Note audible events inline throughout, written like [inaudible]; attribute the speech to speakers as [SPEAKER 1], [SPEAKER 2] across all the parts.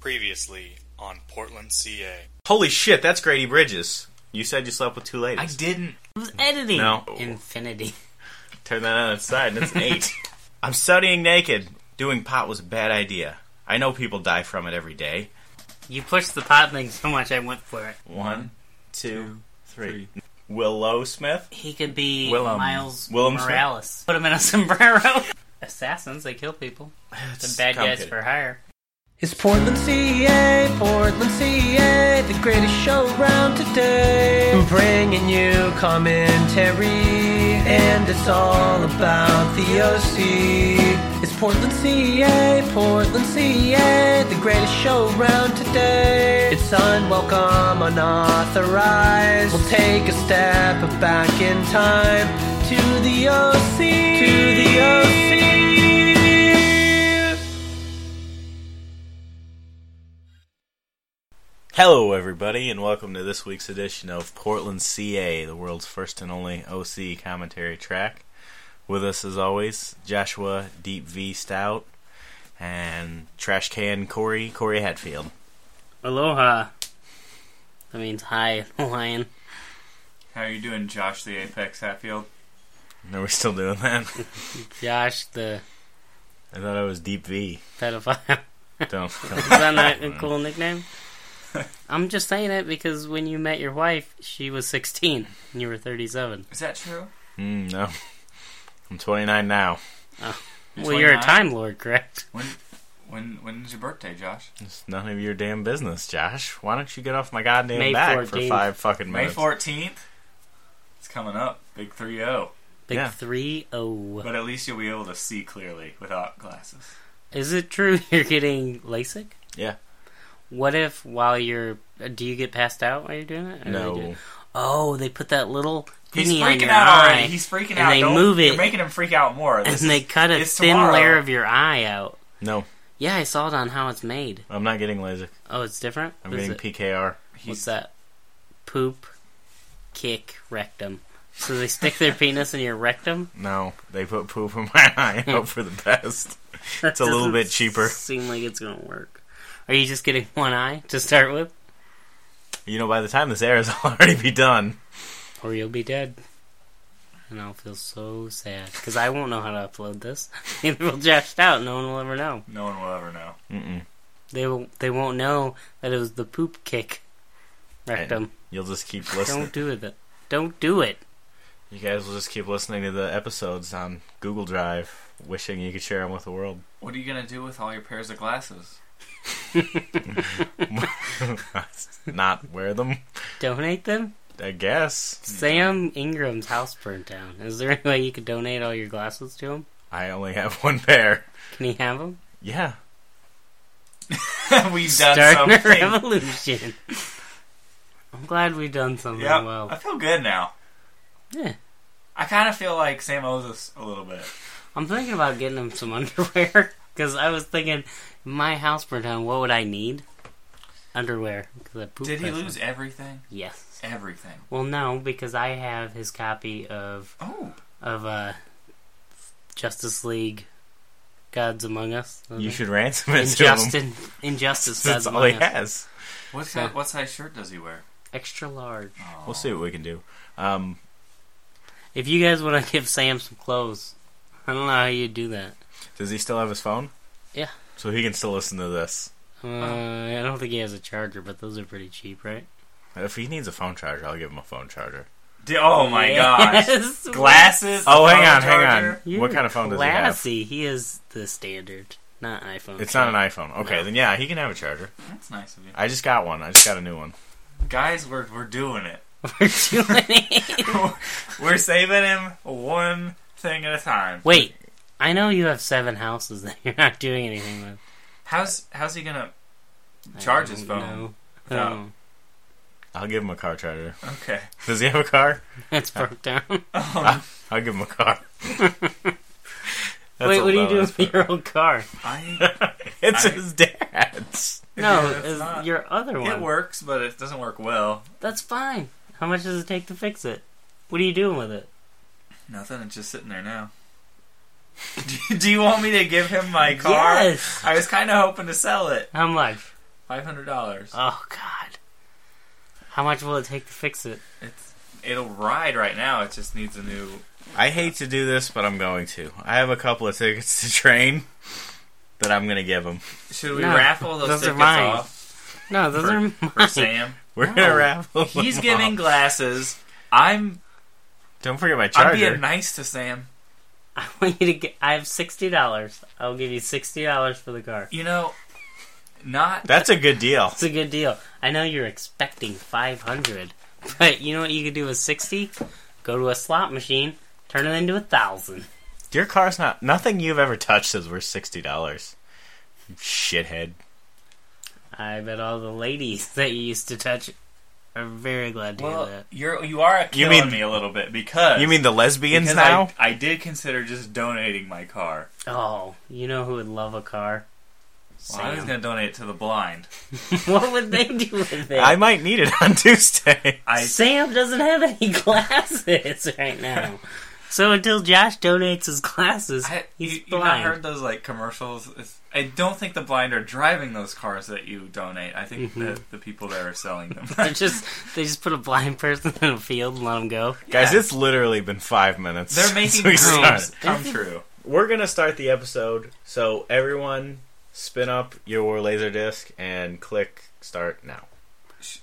[SPEAKER 1] Previously on Portland, CA.
[SPEAKER 2] Holy shit, that's Grady Bridges. You said you slept with two
[SPEAKER 3] I
[SPEAKER 2] ladies.
[SPEAKER 3] didn't.
[SPEAKER 4] I was editing.
[SPEAKER 2] No.
[SPEAKER 3] Infinity.
[SPEAKER 2] Turn that on its side and it's an
[SPEAKER 4] [laughs]
[SPEAKER 2] eight. I'm studying naked. Doing pot was a bad idea. I know people die from it every day.
[SPEAKER 4] You pushed the pot thing so much, I went for it.
[SPEAKER 2] One, two, three. Willow Smith?
[SPEAKER 4] He could be
[SPEAKER 3] Willem.
[SPEAKER 4] Miles
[SPEAKER 2] Willem Smith?
[SPEAKER 4] Morales. Put him in a [laughs] sombrero. Assassins, they kill people. The
[SPEAKER 2] It's
[SPEAKER 4] bad guys
[SPEAKER 2] complicated.
[SPEAKER 4] for hire.
[SPEAKER 5] It's Portland, CA, Portland, CA, the greatest show around today. Bringing you commentary, and it's all about the OC. It's Portland, CA, Portland, CA, the greatest show around today. It's unwelcome, unauthorized. We'll take a step back in time to the OC. To the OC.
[SPEAKER 2] Hello, everybody, and welcome to this week's edition of Portland CA, the world's first and only OC commentary track. With us, as always, Joshua Deep V Stout and Trash Can Corey, Corey Hatfield.
[SPEAKER 4] Aloha. That means hi [laughs] in Hawaiian.
[SPEAKER 6] How are you doing, Josh the Apex Hatfield?
[SPEAKER 2] [laughs] Are we still doing that?
[SPEAKER 4] Josh, the
[SPEAKER 2] I thought I was Deep
[SPEAKER 4] [laughs]
[SPEAKER 2] V.
[SPEAKER 4] pedophile.
[SPEAKER 2] Don't.
[SPEAKER 4] Is that not a
[SPEAKER 2] [laughs]
[SPEAKER 4] cool nickname? I'm just saying it because when you met your wife, she was 16 and you were 37.
[SPEAKER 6] Is that true?
[SPEAKER 2] Mm, no. I'm 29 now.
[SPEAKER 4] Well, you're a
[SPEAKER 6] 29?
[SPEAKER 4] Time Lord, correct?
[SPEAKER 6] When when when's your birthday, Josh?
[SPEAKER 2] It's none of your damn business, Josh. Why don't you get off my goddamn
[SPEAKER 4] May
[SPEAKER 2] back
[SPEAKER 4] 14th.
[SPEAKER 2] for five fucking
[SPEAKER 6] May
[SPEAKER 2] minutes?
[SPEAKER 6] fourteenth. It's coming up, big three zero.
[SPEAKER 4] Big
[SPEAKER 2] Yeah.
[SPEAKER 4] 3 0.
[SPEAKER 6] But at least you'll be able to see clearly without glasses.
[SPEAKER 4] Is it true [laughs] you're getting LASIK?
[SPEAKER 2] Yeah.
[SPEAKER 4] What if while you're uh, do you get passed out while you're doing it? Or they do-
[SPEAKER 2] No.
[SPEAKER 4] Oh, they put that little thingy
[SPEAKER 6] He's
[SPEAKER 4] on
[SPEAKER 6] freaking
[SPEAKER 4] your
[SPEAKER 6] out
[SPEAKER 4] eye,
[SPEAKER 6] already. He's freaking
[SPEAKER 4] and
[SPEAKER 6] out.
[SPEAKER 4] they
[SPEAKER 6] Don't-
[SPEAKER 4] move
[SPEAKER 6] You're
[SPEAKER 4] it,
[SPEAKER 6] making him freak out
[SPEAKER 4] [laughs]
[SPEAKER 6] more.
[SPEAKER 4] and
[SPEAKER 6] This
[SPEAKER 4] they
[SPEAKER 6] is-
[SPEAKER 4] cut a
[SPEAKER 6] it's
[SPEAKER 4] thin
[SPEAKER 6] tomorrow.
[SPEAKER 4] layer of your eye out.
[SPEAKER 2] No.
[SPEAKER 4] Yeah, I saw it on how it's made.
[SPEAKER 2] I'm not getting LASIK.
[SPEAKER 4] Oh, it's different.
[SPEAKER 2] I'm
[SPEAKER 4] What is
[SPEAKER 2] getting
[SPEAKER 4] it?
[SPEAKER 2] PKR.
[SPEAKER 4] What's that? Poop, kick, rectum. So they stick their penis in your rectum.
[SPEAKER 2] No. They put poop in my [laughs]
[SPEAKER 4] [laughs]
[SPEAKER 2] eye. I hope for the best.
[SPEAKER 4] It's [laughs]
[SPEAKER 2] a little bit cheaper.
[SPEAKER 4] Seem like it's gonna work. Are you just getting one eye to start with,
[SPEAKER 2] You know, by the time this airs, [laughs] I'll already be done.
[SPEAKER 4] or you'll be dead? And I'll feel so sad because I won't know how to upload this. [laughs] Neither will Josh out. No one will ever know.
[SPEAKER 6] No one will ever know.
[SPEAKER 2] Mm-mm.
[SPEAKER 4] They will, they won't know that it was the poop kick rectum.
[SPEAKER 2] You'll just keep
[SPEAKER 4] Don't
[SPEAKER 2] listening.
[SPEAKER 4] do it. Don't do it.
[SPEAKER 2] You guys will just keep listening to the episodes on Google Drive, wishing you could share them with the world. [laughs]
[SPEAKER 6] What are you gonna do with all your pairs of glasses? [laughs]
[SPEAKER 2] not wear them,
[SPEAKER 4] Donate them.
[SPEAKER 2] I guess.
[SPEAKER 4] Sam Ingram's house burnt down. Is there any way you could donate all your glasses to him?
[SPEAKER 2] I only have [laughs] one pair.
[SPEAKER 4] Can he have them?
[SPEAKER 2] Yeah.
[SPEAKER 6] We've done
[SPEAKER 4] Starting a
[SPEAKER 6] something.
[SPEAKER 4] [laughs] revolution. I'm glad we've done something
[SPEAKER 6] Yep. I
[SPEAKER 4] well.
[SPEAKER 6] feel good now.
[SPEAKER 4] Yeah.
[SPEAKER 6] I kind of feel like Sam owes us a little bit.
[SPEAKER 4] I'm thinking about getting him some [laughs] underwear because I was thinking, my house burnt down. What would I need? Underwear. 'cause I pooped
[SPEAKER 6] Did he
[SPEAKER 4] myself.
[SPEAKER 6] lose everything?
[SPEAKER 4] Yes.
[SPEAKER 6] Everything.
[SPEAKER 4] Well, no, because I have his copy of
[SPEAKER 6] Oh,
[SPEAKER 4] of uh, Justice League, Gods Among Us. Uh-huh.
[SPEAKER 2] You should ransom it to him.
[SPEAKER 4] Injustice, Injustice,
[SPEAKER 2] [laughs]
[SPEAKER 4] Gods
[SPEAKER 2] That's all
[SPEAKER 4] Among
[SPEAKER 2] he
[SPEAKER 4] Us.
[SPEAKER 2] has.
[SPEAKER 6] what
[SPEAKER 4] So-
[SPEAKER 6] size, what size shirt does he wear?
[SPEAKER 4] Extra large.
[SPEAKER 6] Oh.
[SPEAKER 2] We'll see what we can do. Um,
[SPEAKER 4] If you guys want to [laughs] give Sam some clothes, I don't know how you do that.
[SPEAKER 2] does he still have his phone?
[SPEAKER 4] Yeah.
[SPEAKER 2] So he can still listen to this.
[SPEAKER 4] Uh, I don't think he has a charger, but those are pretty cheap, right?
[SPEAKER 2] If he needs a phone charger, I'll give him a phone charger.
[SPEAKER 6] Di- oh my
[SPEAKER 4] [laughs]
[SPEAKER 6] gosh.
[SPEAKER 4] Yes.
[SPEAKER 6] [laughs] Glasses.
[SPEAKER 2] Oh, hang
[SPEAKER 6] phone
[SPEAKER 2] on, hang on.
[SPEAKER 6] charger.
[SPEAKER 4] You're
[SPEAKER 2] what kind of phone does he have?
[SPEAKER 4] classy. he is the standard, not iPhone.
[SPEAKER 2] It's
[SPEAKER 4] [laughs]
[SPEAKER 2] not an iPhone. Okay, then yeah, he can have a charger.
[SPEAKER 6] That's nice of you.
[SPEAKER 2] I just got one. I just got a new one.
[SPEAKER 6] Guys, we're, we're doing
[SPEAKER 2] [laughs]
[SPEAKER 6] it.
[SPEAKER 4] iPhone.
[SPEAKER 6] we're saving him one thing at a time.
[SPEAKER 4] Wait, I know you have seven houses that you're not doing anything with.
[SPEAKER 6] How's how's he gonna charge his phone?
[SPEAKER 4] No,
[SPEAKER 6] No.
[SPEAKER 2] I'll give him a car charger. [laughs]
[SPEAKER 6] Okay. Um,
[SPEAKER 2] Does he have a car?
[SPEAKER 4] that's broke down.
[SPEAKER 2] [laughs] I'll give him a car. That's
[SPEAKER 4] [laughs] Wait, what are you
[SPEAKER 2] low
[SPEAKER 4] doing
[SPEAKER 2] ass
[SPEAKER 4] with your old car?
[SPEAKER 6] I
[SPEAKER 2] [laughs] It's
[SPEAKER 6] I-
[SPEAKER 2] his dad's.
[SPEAKER 4] No,
[SPEAKER 6] that's
[SPEAKER 4] it's
[SPEAKER 6] not-
[SPEAKER 4] your other one.
[SPEAKER 6] it works, but it doesn't work well.
[SPEAKER 4] That's fine. How much does it take to fix it? What are you doing with it?
[SPEAKER 6] Nothing. It's just sitting there now. [laughs] Do you want me to give him my car?
[SPEAKER 4] Yes.
[SPEAKER 6] I was kind of hoping to sell it.
[SPEAKER 4] How much?
[SPEAKER 6] Five hundred dollars.
[SPEAKER 4] Oh God. How much will it take to fix it?
[SPEAKER 6] It's it'll ride right now. It just needs a new.
[SPEAKER 2] I hate to do this, but I'm going to. I have a couple of tickets to train that I'm going to give them.
[SPEAKER 6] Should we
[SPEAKER 4] No,
[SPEAKER 6] raffle those,
[SPEAKER 4] those are
[SPEAKER 6] tickets
[SPEAKER 4] mine.
[SPEAKER 6] off
[SPEAKER 4] No, those
[SPEAKER 6] for,
[SPEAKER 4] are
[SPEAKER 6] for
[SPEAKER 4] [laughs] mine.
[SPEAKER 6] Sam?
[SPEAKER 2] We're going to
[SPEAKER 4] No.
[SPEAKER 2] raffle.
[SPEAKER 6] He's
[SPEAKER 2] them
[SPEAKER 6] giving
[SPEAKER 2] off.
[SPEAKER 6] glasses. I'm.
[SPEAKER 2] Don't forget my
[SPEAKER 6] I'm
[SPEAKER 2] charger.
[SPEAKER 6] being nice to Sam.
[SPEAKER 4] [laughs] I want you to get. I have sixty dollars. I'll give you sixty dollars for the car.
[SPEAKER 6] You know, not
[SPEAKER 2] That's a good deal.
[SPEAKER 4] It's a good deal. I know you're expecting five hundred, but you know what you could do with sixty? Go to a slot machine, turn it into a thousand.
[SPEAKER 2] Your car's not. Nothing you've ever touched is worth sixty dollars. Shithead.
[SPEAKER 4] I bet all the ladies [laughs] that you used to touch are very glad to hear
[SPEAKER 6] Well,
[SPEAKER 4] that.
[SPEAKER 6] you're you are
[SPEAKER 2] You
[SPEAKER 6] killing
[SPEAKER 2] mean-
[SPEAKER 6] me a little bit because
[SPEAKER 2] You mean the lesbians
[SPEAKER 6] because
[SPEAKER 2] now?
[SPEAKER 6] I, I did consider just donating my car.
[SPEAKER 4] Oh, you know who would love a car?
[SPEAKER 6] Well, I was
[SPEAKER 4] Sam.
[SPEAKER 6] going to donate it to the blind.
[SPEAKER 4] [laughs] what would they do
[SPEAKER 6] [laughs]
[SPEAKER 4] with it?
[SPEAKER 2] I might need it on [laughs] Tuesday.
[SPEAKER 6] I
[SPEAKER 4] Sam doesn't have any [laughs] glasses right
[SPEAKER 6] [laughs]
[SPEAKER 4] now. So until Josh donates his glasses,
[SPEAKER 6] I,
[SPEAKER 4] he's
[SPEAKER 6] you, you not
[SPEAKER 4] blind.
[SPEAKER 6] heard those like commercials? It's, I don't think the blind are driving those cars that you donate. I think
[SPEAKER 4] Mhm.
[SPEAKER 6] the, the people there are selling them.
[SPEAKER 4] They're just [laughs] they just put a blind person in a field and let him go.
[SPEAKER 2] Guys,
[SPEAKER 6] Yeah.
[SPEAKER 2] it's literally been five minutes.
[SPEAKER 6] they're
[SPEAKER 2] since
[SPEAKER 4] [laughs]
[SPEAKER 6] making
[SPEAKER 2] we started.
[SPEAKER 6] dreams come
[SPEAKER 4] Isn't-
[SPEAKER 6] true.
[SPEAKER 2] We're gonna start the episode, so everyone, spin up your laser disc and click start now.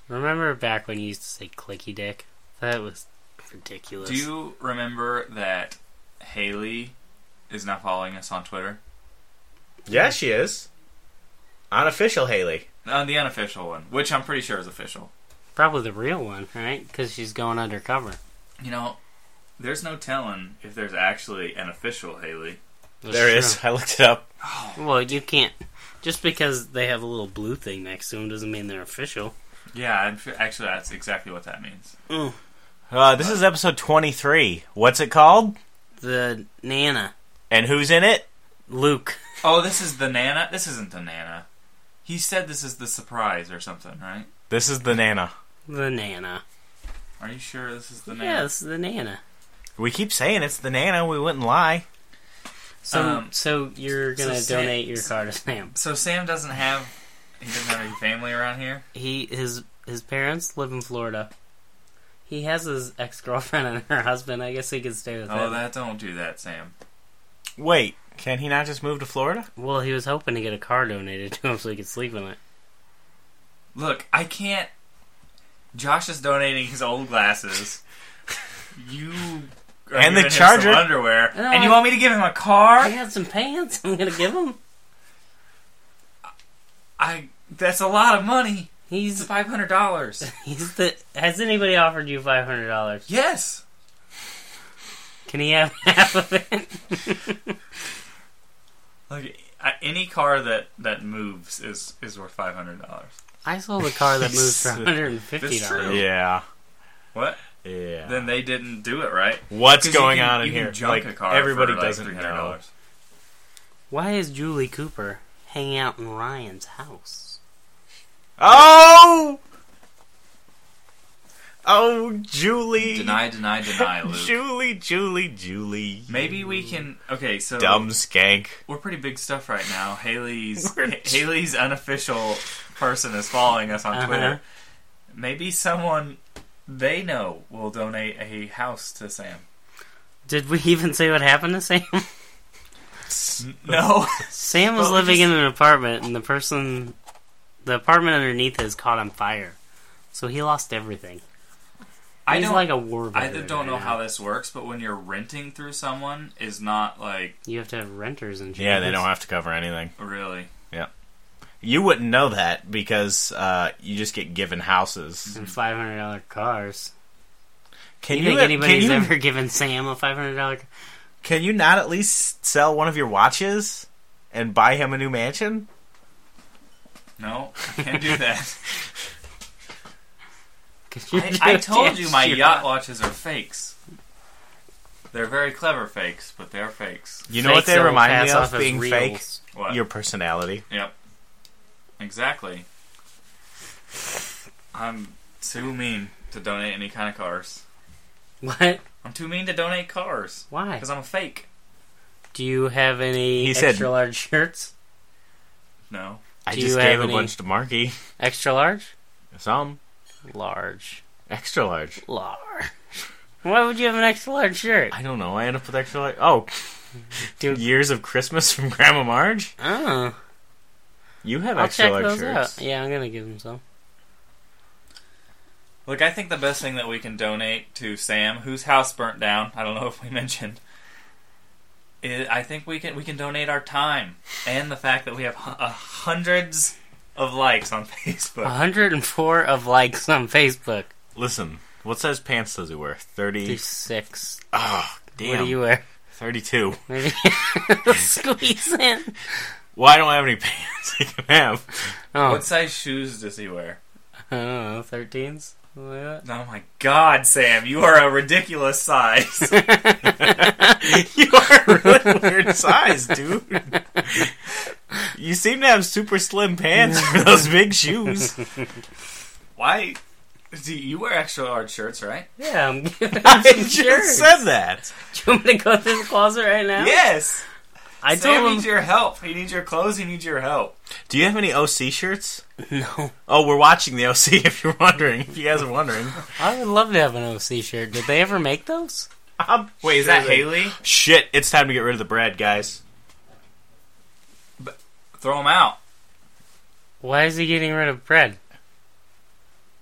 [SPEAKER 4] Remember back when you used to say "clicky dick"? That was ridiculous.
[SPEAKER 6] Do you remember that Haley is now following us on Twitter?
[SPEAKER 2] Yeah, she is unofficial. Haley,
[SPEAKER 6] On Uh, the unofficial one, which I'm pretty sure is official.
[SPEAKER 4] Probably the real one, right? Because she's going undercover.
[SPEAKER 6] You know, there's no telling if there's actually an official Haley.
[SPEAKER 4] That's
[SPEAKER 2] there
[SPEAKER 4] true.
[SPEAKER 2] is. I looked it up.
[SPEAKER 4] Well, you can't. Just because they have a little blue thing next to them doesn't mean they're official.
[SPEAKER 6] Yeah, I'm sure, actually, that's exactly what that means.
[SPEAKER 2] Uh, this is episode twenty-three. What's it called?
[SPEAKER 4] The Nana,
[SPEAKER 2] And who's in it?
[SPEAKER 4] Luke.
[SPEAKER 6] Oh, this is the Nana. This isn't the Nana. He said this is the surprise or something, right?
[SPEAKER 2] This is the Nana.
[SPEAKER 4] The Nana.
[SPEAKER 6] Are you sure this is the Nana?
[SPEAKER 4] Yeah, this is the Nana.
[SPEAKER 2] We keep saying it's the Nana. We wouldn't lie.
[SPEAKER 4] So,
[SPEAKER 6] Um,
[SPEAKER 4] so you're
[SPEAKER 6] so
[SPEAKER 4] gonna
[SPEAKER 6] Sa-
[SPEAKER 4] donate your car to Sam.
[SPEAKER 6] So Sam doesn't have he doesn't have any family around here.
[SPEAKER 4] He his his parents live in Florida. He has his ex girlfriend [laughs] and her husband. I guess he could stay with
[SPEAKER 6] Oh,
[SPEAKER 4] them.
[SPEAKER 6] that don't do that, Sam.
[SPEAKER 2] Wait, can he not just move to Florida?
[SPEAKER 4] Well, he was hoping to get a car donated to him so he could sleep in it.
[SPEAKER 6] Look, I can't. Josh is donating his old glasses. You are
[SPEAKER 2] And the
[SPEAKER 6] giving him some
[SPEAKER 2] charger.
[SPEAKER 6] underwear,
[SPEAKER 4] No,
[SPEAKER 6] and you
[SPEAKER 4] I-
[SPEAKER 6] want me to give him a
[SPEAKER 4] I
[SPEAKER 6] car?
[SPEAKER 4] had some pants. I'm gonna give him.
[SPEAKER 6] I. That's a lot of money. It's
[SPEAKER 4] He's
[SPEAKER 6] five hundred dollars.
[SPEAKER 4] he's the. Has anybody offered you five hundred dollars?
[SPEAKER 6] [laughs] Yes.
[SPEAKER 4] Can he have [laughs] half of it?
[SPEAKER 6] Look, I- any car that that moves is is worth five hundred dollars.
[SPEAKER 4] I sold a car that moved for one hundred and fifty
[SPEAKER 6] That's true.
[SPEAKER 4] dollars.
[SPEAKER 2] Yeah,
[SPEAKER 6] What?
[SPEAKER 2] yeah.
[SPEAKER 6] Then they didn't do it right.
[SPEAKER 2] What's
[SPEAKER 6] 'Cause you
[SPEAKER 2] going
[SPEAKER 6] can-
[SPEAKER 2] on in
[SPEAKER 6] you can
[SPEAKER 2] here?
[SPEAKER 6] Junk
[SPEAKER 2] Like
[SPEAKER 6] a car
[SPEAKER 2] everybody
[SPEAKER 6] for, like,
[SPEAKER 2] doesn't know.
[SPEAKER 6] $300.
[SPEAKER 4] Why is Julie Cooper hanging out in Ryan's house?
[SPEAKER 2] Oh! Oh, Julie.
[SPEAKER 6] Deny,
[SPEAKER 2] [laughs]
[SPEAKER 6] deny, deny, Luke.
[SPEAKER 2] Julie, Julie, Julie.
[SPEAKER 6] Maybe we can. Okay, so
[SPEAKER 2] Dumb skank.
[SPEAKER 6] we're pretty big stuff right now.
[SPEAKER 4] [laughs]
[SPEAKER 6] Haley's Ha- Haley's unofficial person is following us on
[SPEAKER 4] Uh-huh.
[SPEAKER 6] Twitter. Maybe someone they know will donate a house to Sam.
[SPEAKER 4] Did we even say what happened to Sam? [laughs]
[SPEAKER 6] No,
[SPEAKER 4] Sam was
[SPEAKER 6] Well, we
[SPEAKER 4] living in
[SPEAKER 6] just-
[SPEAKER 4] an apartment, and the person, the apartment underneath is caught on fire, so he lost everything.
[SPEAKER 6] [laughs] I
[SPEAKER 4] He's
[SPEAKER 6] don't.
[SPEAKER 4] like a war
[SPEAKER 6] I
[SPEAKER 4] veteran
[SPEAKER 6] don't know
[SPEAKER 4] right
[SPEAKER 6] how
[SPEAKER 4] now.
[SPEAKER 6] this works, but when you're renting through someone, is not like
[SPEAKER 4] You have to have renters insurance.
[SPEAKER 2] Yeah, they don't have to cover anything.
[SPEAKER 6] really.
[SPEAKER 2] You wouldn't know that because uh, you just get given houses.
[SPEAKER 4] and five hundred dollar cars.
[SPEAKER 2] Can
[SPEAKER 4] you, think anybody's
[SPEAKER 2] can you,
[SPEAKER 4] ever given Sam a five hundred [laughs] dollar?
[SPEAKER 2] Can you not at least sell one of your watches and buy him a new mansion?
[SPEAKER 6] No, I can't do
[SPEAKER 4] [laughs]
[SPEAKER 6] that. I,
[SPEAKER 4] I,
[SPEAKER 6] I told you
[SPEAKER 4] [laughs]
[SPEAKER 6] my yacht watches are fakes. They're very clever fakes, but they're fakes.
[SPEAKER 2] You know what they remind me of being fake?
[SPEAKER 6] What?
[SPEAKER 2] Your personality.
[SPEAKER 6] Yep. Exactly. I'm too mean to donate any kind of cars.
[SPEAKER 4] What?
[SPEAKER 6] I'm too mean to donate cars
[SPEAKER 4] Why?
[SPEAKER 6] because I'm a fake.
[SPEAKER 4] Do you have any
[SPEAKER 2] He
[SPEAKER 4] extra
[SPEAKER 2] said-
[SPEAKER 4] large shirts?
[SPEAKER 6] No.
[SPEAKER 2] I
[SPEAKER 4] Do
[SPEAKER 2] just
[SPEAKER 4] you
[SPEAKER 2] gave
[SPEAKER 4] have
[SPEAKER 2] a
[SPEAKER 4] any-
[SPEAKER 2] bunch to Marky.
[SPEAKER 4] Extra large?
[SPEAKER 2] Some
[SPEAKER 4] Large.
[SPEAKER 2] extra large.
[SPEAKER 4] Large. Why would you have an extra large shirt?
[SPEAKER 2] I don't know. I end up with extra large. Oh,
[SPEAKER 4] [laughs] Dude.
[SPEAKER 2] years of Christmas from [laughs] Grandma Marge.
[SPEAKER 4] Oh,
[SPEAKER 2] You have
[SPEAKER 4] I'll
[SPEAKER 2] extra
[SPEAKER 4] check
[SPEAKER 2] large
[SPEAKER 4] those
[SPEAKER 2] shirts.
[SPEAKER 4] out. Yeah, I'm gonna give him some.
[SPEAKER 6] Look, I think the best thing that we can donate to Sam, whose house burnt down, I don't know [laughs] if we mentioned, i I think we can we can donate our time and the fact that we have hu- uh, hundreds of likes on [laughs] Facebook.
[SPEAKER 4] 104 of likes on Facebook.
[SPEAKER 2] Listen, what size pants does he wear? Thirty.
[SPEAKER 4] 36.
[SPEAKER 2] Oh, damn.
[SPEAKER 4] What do you wear?
[SPEAKER 2] Thirty-two.
[SPEAKER 4] [laughs] Maybe [laughs] squeeze in.
[SPEAKER 2] Well, I don't have any [laughs] pants I can
[SPEAKER 4] [laughs]
[SPEAKER 2] have.
[SPEAKER 4] Oh,
[SPEAKER 6] What size shoes does he wear?
[SPEAKER 4] I don't know, 13s? Something like
[SPEAKER 6] Oh my God, Sam, you are a
[SPEAKER 4] [laughs]
[SPEAKER 6] ridiculous size.
[SPEAKER 2] [laughs] you are a really weird size, dude. You seem to have super slim pants for those big
[SPEAKER 4] [laughs]
[SPEAKER 2] shoes.
[SPEAKER 6] Why? Do you wear extra large shirts, right?
[SPEAKER 4] that. Yeah,
[SPEAKER 2] [laughs]
[SPEAKER 4] I'm giving
[SPEAKER 2] I
[SPEAKER 4] him some
[SPEAKER 2] just
[SPEAKER 4] shirts.
[SPEAKER 2] said that.
[SPEAKER 4] Do [laughs] you want me to go through the closet right now?
[SPEAKER 6] Yes.
[SPEAKER 4] I
[SPEAKER 6] Sam
[SPEAKER 4] told
[SPEAKER 6] needs
[SPEAKER 4] him.
[SPEAKER 6] your help. He needs your clothes. He needs your help.
[SPEAKER 2] Do you have any OC shirts?
[SPEAKER 4] [laughs] No.
[SPEAKER 2] Oh, we're watching the OC [laughs] if you're wondering. If you guys are wondering.
[SPEAKER 4] I would love to have an OC shirt. Did they ever make those?
[SPEAKER 2] I'm
[SPEAKER 6] Wait, is
[SPEAKER 2] sure
[SPEAKER 6] that
[SPEAKER 2] they-
[SPEAKER 6] Haley?
[SPEAKER 2] Shit, it's time to get rid of the bread, guys.
[SPEAKER 6] Throw him out.
[SPEAKER 4] Why is he getting rid of bread?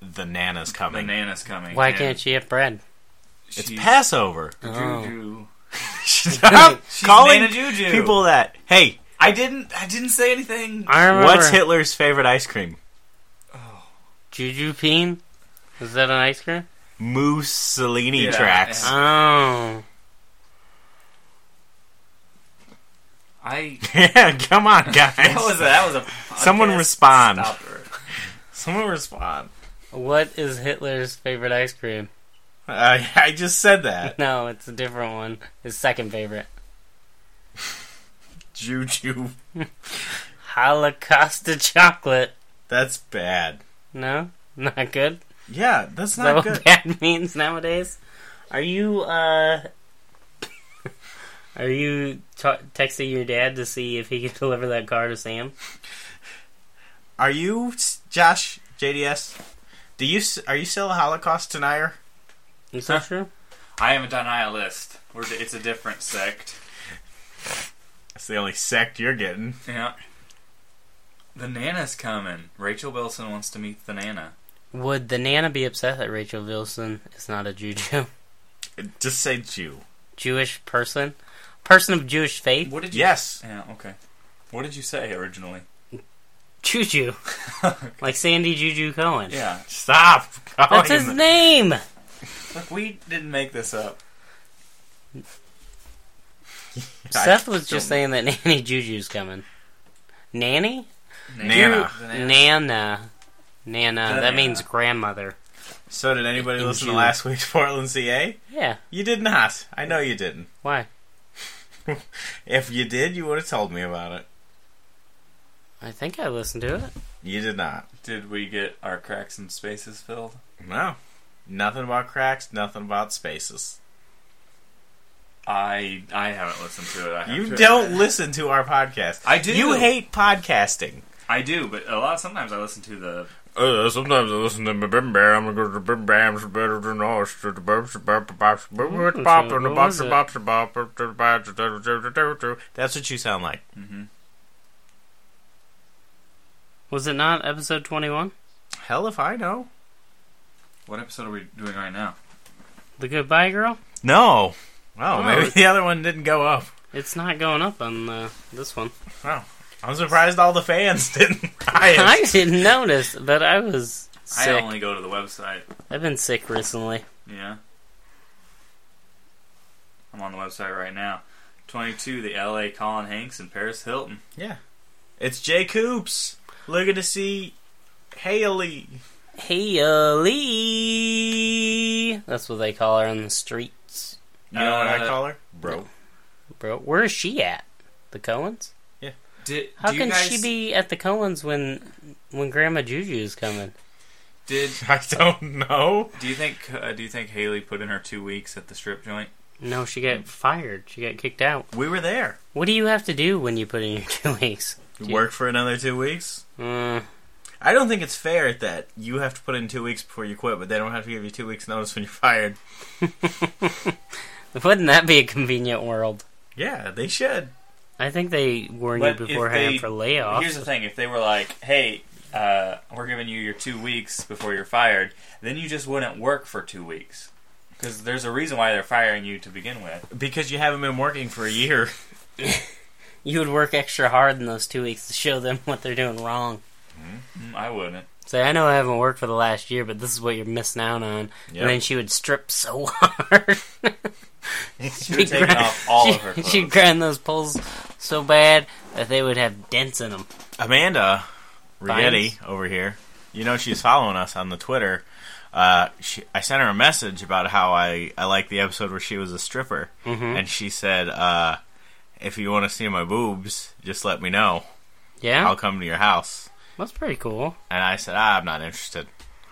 [SPEAKER 2] The Nana's coming.
[SPEAKER 6] Banana's coming.
[SPEAKER 4] Why
[SPEAKER 6] Yeah.
[SPEAKER 4] can't she have bread?
[SPEAKER 2] it's [laughs]
[SPEAKER 6] She's-
[SPEAKER 2] Passover.
[SPEAKER 6] Juju.
[SPEAKER 2] Stop
[SPEAKER 6] She's
[SPEAKER 2] calling
[SPEAKER 6] Nana Juju.
[SPEAKER 2] people that. Hey,
[SPEAKER 6] I didn't. I didn't say anything.
[SPEAKER 4] I remember.
[SPEAKER 2] what's Hitler's favorite ice cream?
[SPEAKER 4] Juju Peen? Is that an ice cream?
[SPEAKER 2] Mussolini
[SPEAKER 6] Yeah,
[SPEAKER 2] tracks.
[SPEAKER 6] yeah.
[SPEAKER 4] Oh. [laughs]
[SPEAKER 6] I.
[SPEAKER 2] [laughs] Yeah, come on, guys.
[SPEAKER 6] That was a, that was a. podcast
[SPEAKER 2] Someone respond.
[SPEAKER 6] stopper.
[SPEAKER 2] Someone respond.
[SPEAKER 4] What is Hitler's favorite ice cream? [laughs]
[SPEAKER 2] I, I just said that.
[SPEAKER 4] No, it's a different one. His second favorite.
[SPEAKER 2] Juju.
[SPEAKER 4] Holocaust chocolate.
[SPEAKER 2] That's bad.
[SPEAKER 4] No? Not good?
[SPEAKER 2] Yeah, that's
[SPEAKER 4] Is [laughs] that
[SPEAKER 2] not
[SPEAKER 4] what
[SPEAKER 2] good.
[SPEAKER 4] bad means nowadays? Are you, uh. [laughs] Are you ta texting your dad to see if he can [laughs] deliver that car to Sam?
[SPEAKER 2] Are you s- Josh JDS? Do you s- are you still a Holocaust denier?
[SPEAKER 4] You so sure?
[SPEAKER 6] I am a denialist. We're, di- it's a different sect.
[SPEAKER 2] That's the only sect you're getting.
[SPEAKER 6] Yeah. The Nana's coming. Rachel Wilson wants to meet the Nana.
[SPEAKER 4] Would the Nana be upset that Rachel Wilson is not a Juju? [laughs]
[SPEAKER 2] Just say Jew.
[SPEAKER 4] Jewish person? Person of Jewish faith?
[SPEAKER 6] What did you?
[SPEAKER 2] Yes.
[SPEAKER 6] Yeah. Okay. What did you say originally?
[SPEAKER 4] Juju. like Sandy Juju Cohen.
[SPEAKER 6] [laughs] Yeah.
[SPEAKER 2] Stop.
[SPEAKER 4] That's his name!
[SPEAKER 6] Look, we didn't make this up.
[SPEAKER 4] Seth was just saying
[SPEAKER 6] don't
[SPEAKER 4] that [laughs] Nanny Juju's coming. Nanny?
[SPEAKER 2] Nana.
[SPEAKER 6] The Nana.
[SPEAKER 4] Nana. Nana. That
[SPEAKER 6] Nana.
[SPEAKER 4] means grandmother.
[SPEAKER 2] So did anybody
[SPEAKER 4] In
[SPEAKER 2] listen
[SPEAKER 4] Jew.
[SPEAKER 2] to last week's Portland CA?
[SPEAKER 4] Yeah.
[SPEAKER 2] You did not. I know you didn't.
[SPEAKER 4] Why?
[SPEAKER 2] If you did, you would have told me about it.
[SPEAKER 4] I think I listened to it.
[SPEAKER 2] You did not.
[SPEAKER 6] Did we get our cracks and spaces filled?
[SPEAKER 2] No. Nothing about cracks. Nothing about spaces.
[SPEAKER 6] I I haven't listened to it. I have
[SPEAKER 2] You
[SPEAKER 6] to
[SPEAKER 2] don't
[SPEAKER 6] admit.
[SPEAKER 2] listen to our podcast.
[SPEAKER 6] I do.
[SPEAKER 2] You hate podcasting.
[SPEAKER 6] I do, but a lot. Sometimes I listen to the.
[SPEAKER 2] Uh, sometimes I listen to my bim bam. I'm going to bim bam's better than us. The bim's the bop, the bop, the bop, the bop, the bop, the bop, the bop, the bop, the bop, the bop, the bop, the bop. That's what you sound like.
[SPEAKER 4] Was it not episode 21?
[SPEAKER 2] Hell if I know.
[SPEAKER 6] What episode are we doing right now?
[SPEAKER 4] The Goodbye Girl?
[SPEAKER 2] No. Oh,
[SPEAKER 4] Oh,
[SPEAKER 2] maybe
[SPEAKER 4] it's-
[SPEAKER 2] the other one didn't go up.
[SPEAKER 4] It's not going up on uh, this one.
[SPEAKER 2] Oh. I'm surprised all the fans [laughs] didn't buy it.
[SPEAKER 4] [laughs] I didn't notice, but I was sick.
[SPEAKER 6] I only go to the website.
[SPEAKER 4] I've been sick recently.
[SPEAKER 6] Yeah. I'm on the website right now. 22, the LA Colin Hanks and Paris Hilton.
[SPEAKER 2] Yeah. It's Jay Coops. Looking to see Haley.
[SPEAKER 4] Hey, Ali. That's what they call her on the streets.
[SPEAKER 2] You know what I
[SPEAKER 6] Uh,
[SPEAKER 2] call her? Bro.
[SPEAKER 4] Bro, where is she at? The Cohens?
[SPEAKER 6] Did,
[SPEAKER 4] How
[SPEAKER 6] do you
[SPEAKER 4] can
[SPEAKER 6] guys,
[SPEAKER 4] she be at the Cohens when when Grandma Juju is coming?
[SPEAKER 6] Did
[SPEAKER 2] I don't know.
[SPEAKER 6] do you think uh, do you think Haley put in her two weeks at the strip joint?
[SPEAKER 4] No, she got fired. She got kicked out.
[SPEAKER 2] We were there.
[SPEAKER 4] What do you have to do when you put in your [laughs] two weeks?
[SPEAKER 2] You work for another two weeks?
[SPEAKER 4] Mm,
[SPEAKER 2] I don't think it's fair that you have to put in two weeks before you quit, but they don't have to give you two weeks notice when you're fired.
[SPEAKER 4] wouldn't that be a convenient world?
[SPEAKER 2] Yeah, they should.
[SPEAKER 4] I think they warn
[SPEAKER 6] But
[SPEAKER 4] you
[SPEAKER 6] if
[SPEAKER 4] beforehand
[SPEAKER 6] they-
[SPEAKER 4] for layoffs.
[SPEAKER 6] Here's the thing: if they were like, "Hey, uh, we're giving you your two weeks before you're fired," then you just wouldn't work for two weeks because there's a reason why they're firing you to begin with.
[SPEAKER 2] Because you haven't been working for a year.
[SPEAKER 4] You would work extra hard in those two weeks to show them [laughs] what they're doing wrong.
[SPEAKER 6] Mm, [laughs] I wouldn't.
[SPEAKER 4] Say, I know I haven't worked for the last year, but this is what you're missing out on.
[SPEAKER 2] Yep.
[SPEAKER 4] And then she would strip so [laughs] hard.
[SPEAKER 6] She would take off all of her clothes.
[SPEAKER 4] [laughs] She'd grind those poles so bad that they would have dents in them.
[SPEAKER 2] Amanda
[SPEAKER 4] Vines?
[SPEAKER 2] Rigetti over here. You know she's following us on the Twitter. Uh, she, I sent her a message about how I I like the episode where she was a stripper,
[SPEAKER 4] Mm-hmm.
[SPEAKER 6] Hmm?
[SPEAKER 2] and she said, uh, "If you want to see my boobs, just let me know.
[SPEAKER 4] Yeah?
[SPEAKER 2] I'll come to your house."
[SPEAKER 4] That's pretty cool.
[SPEAKER 2] And I said, ah, "I'm not interested.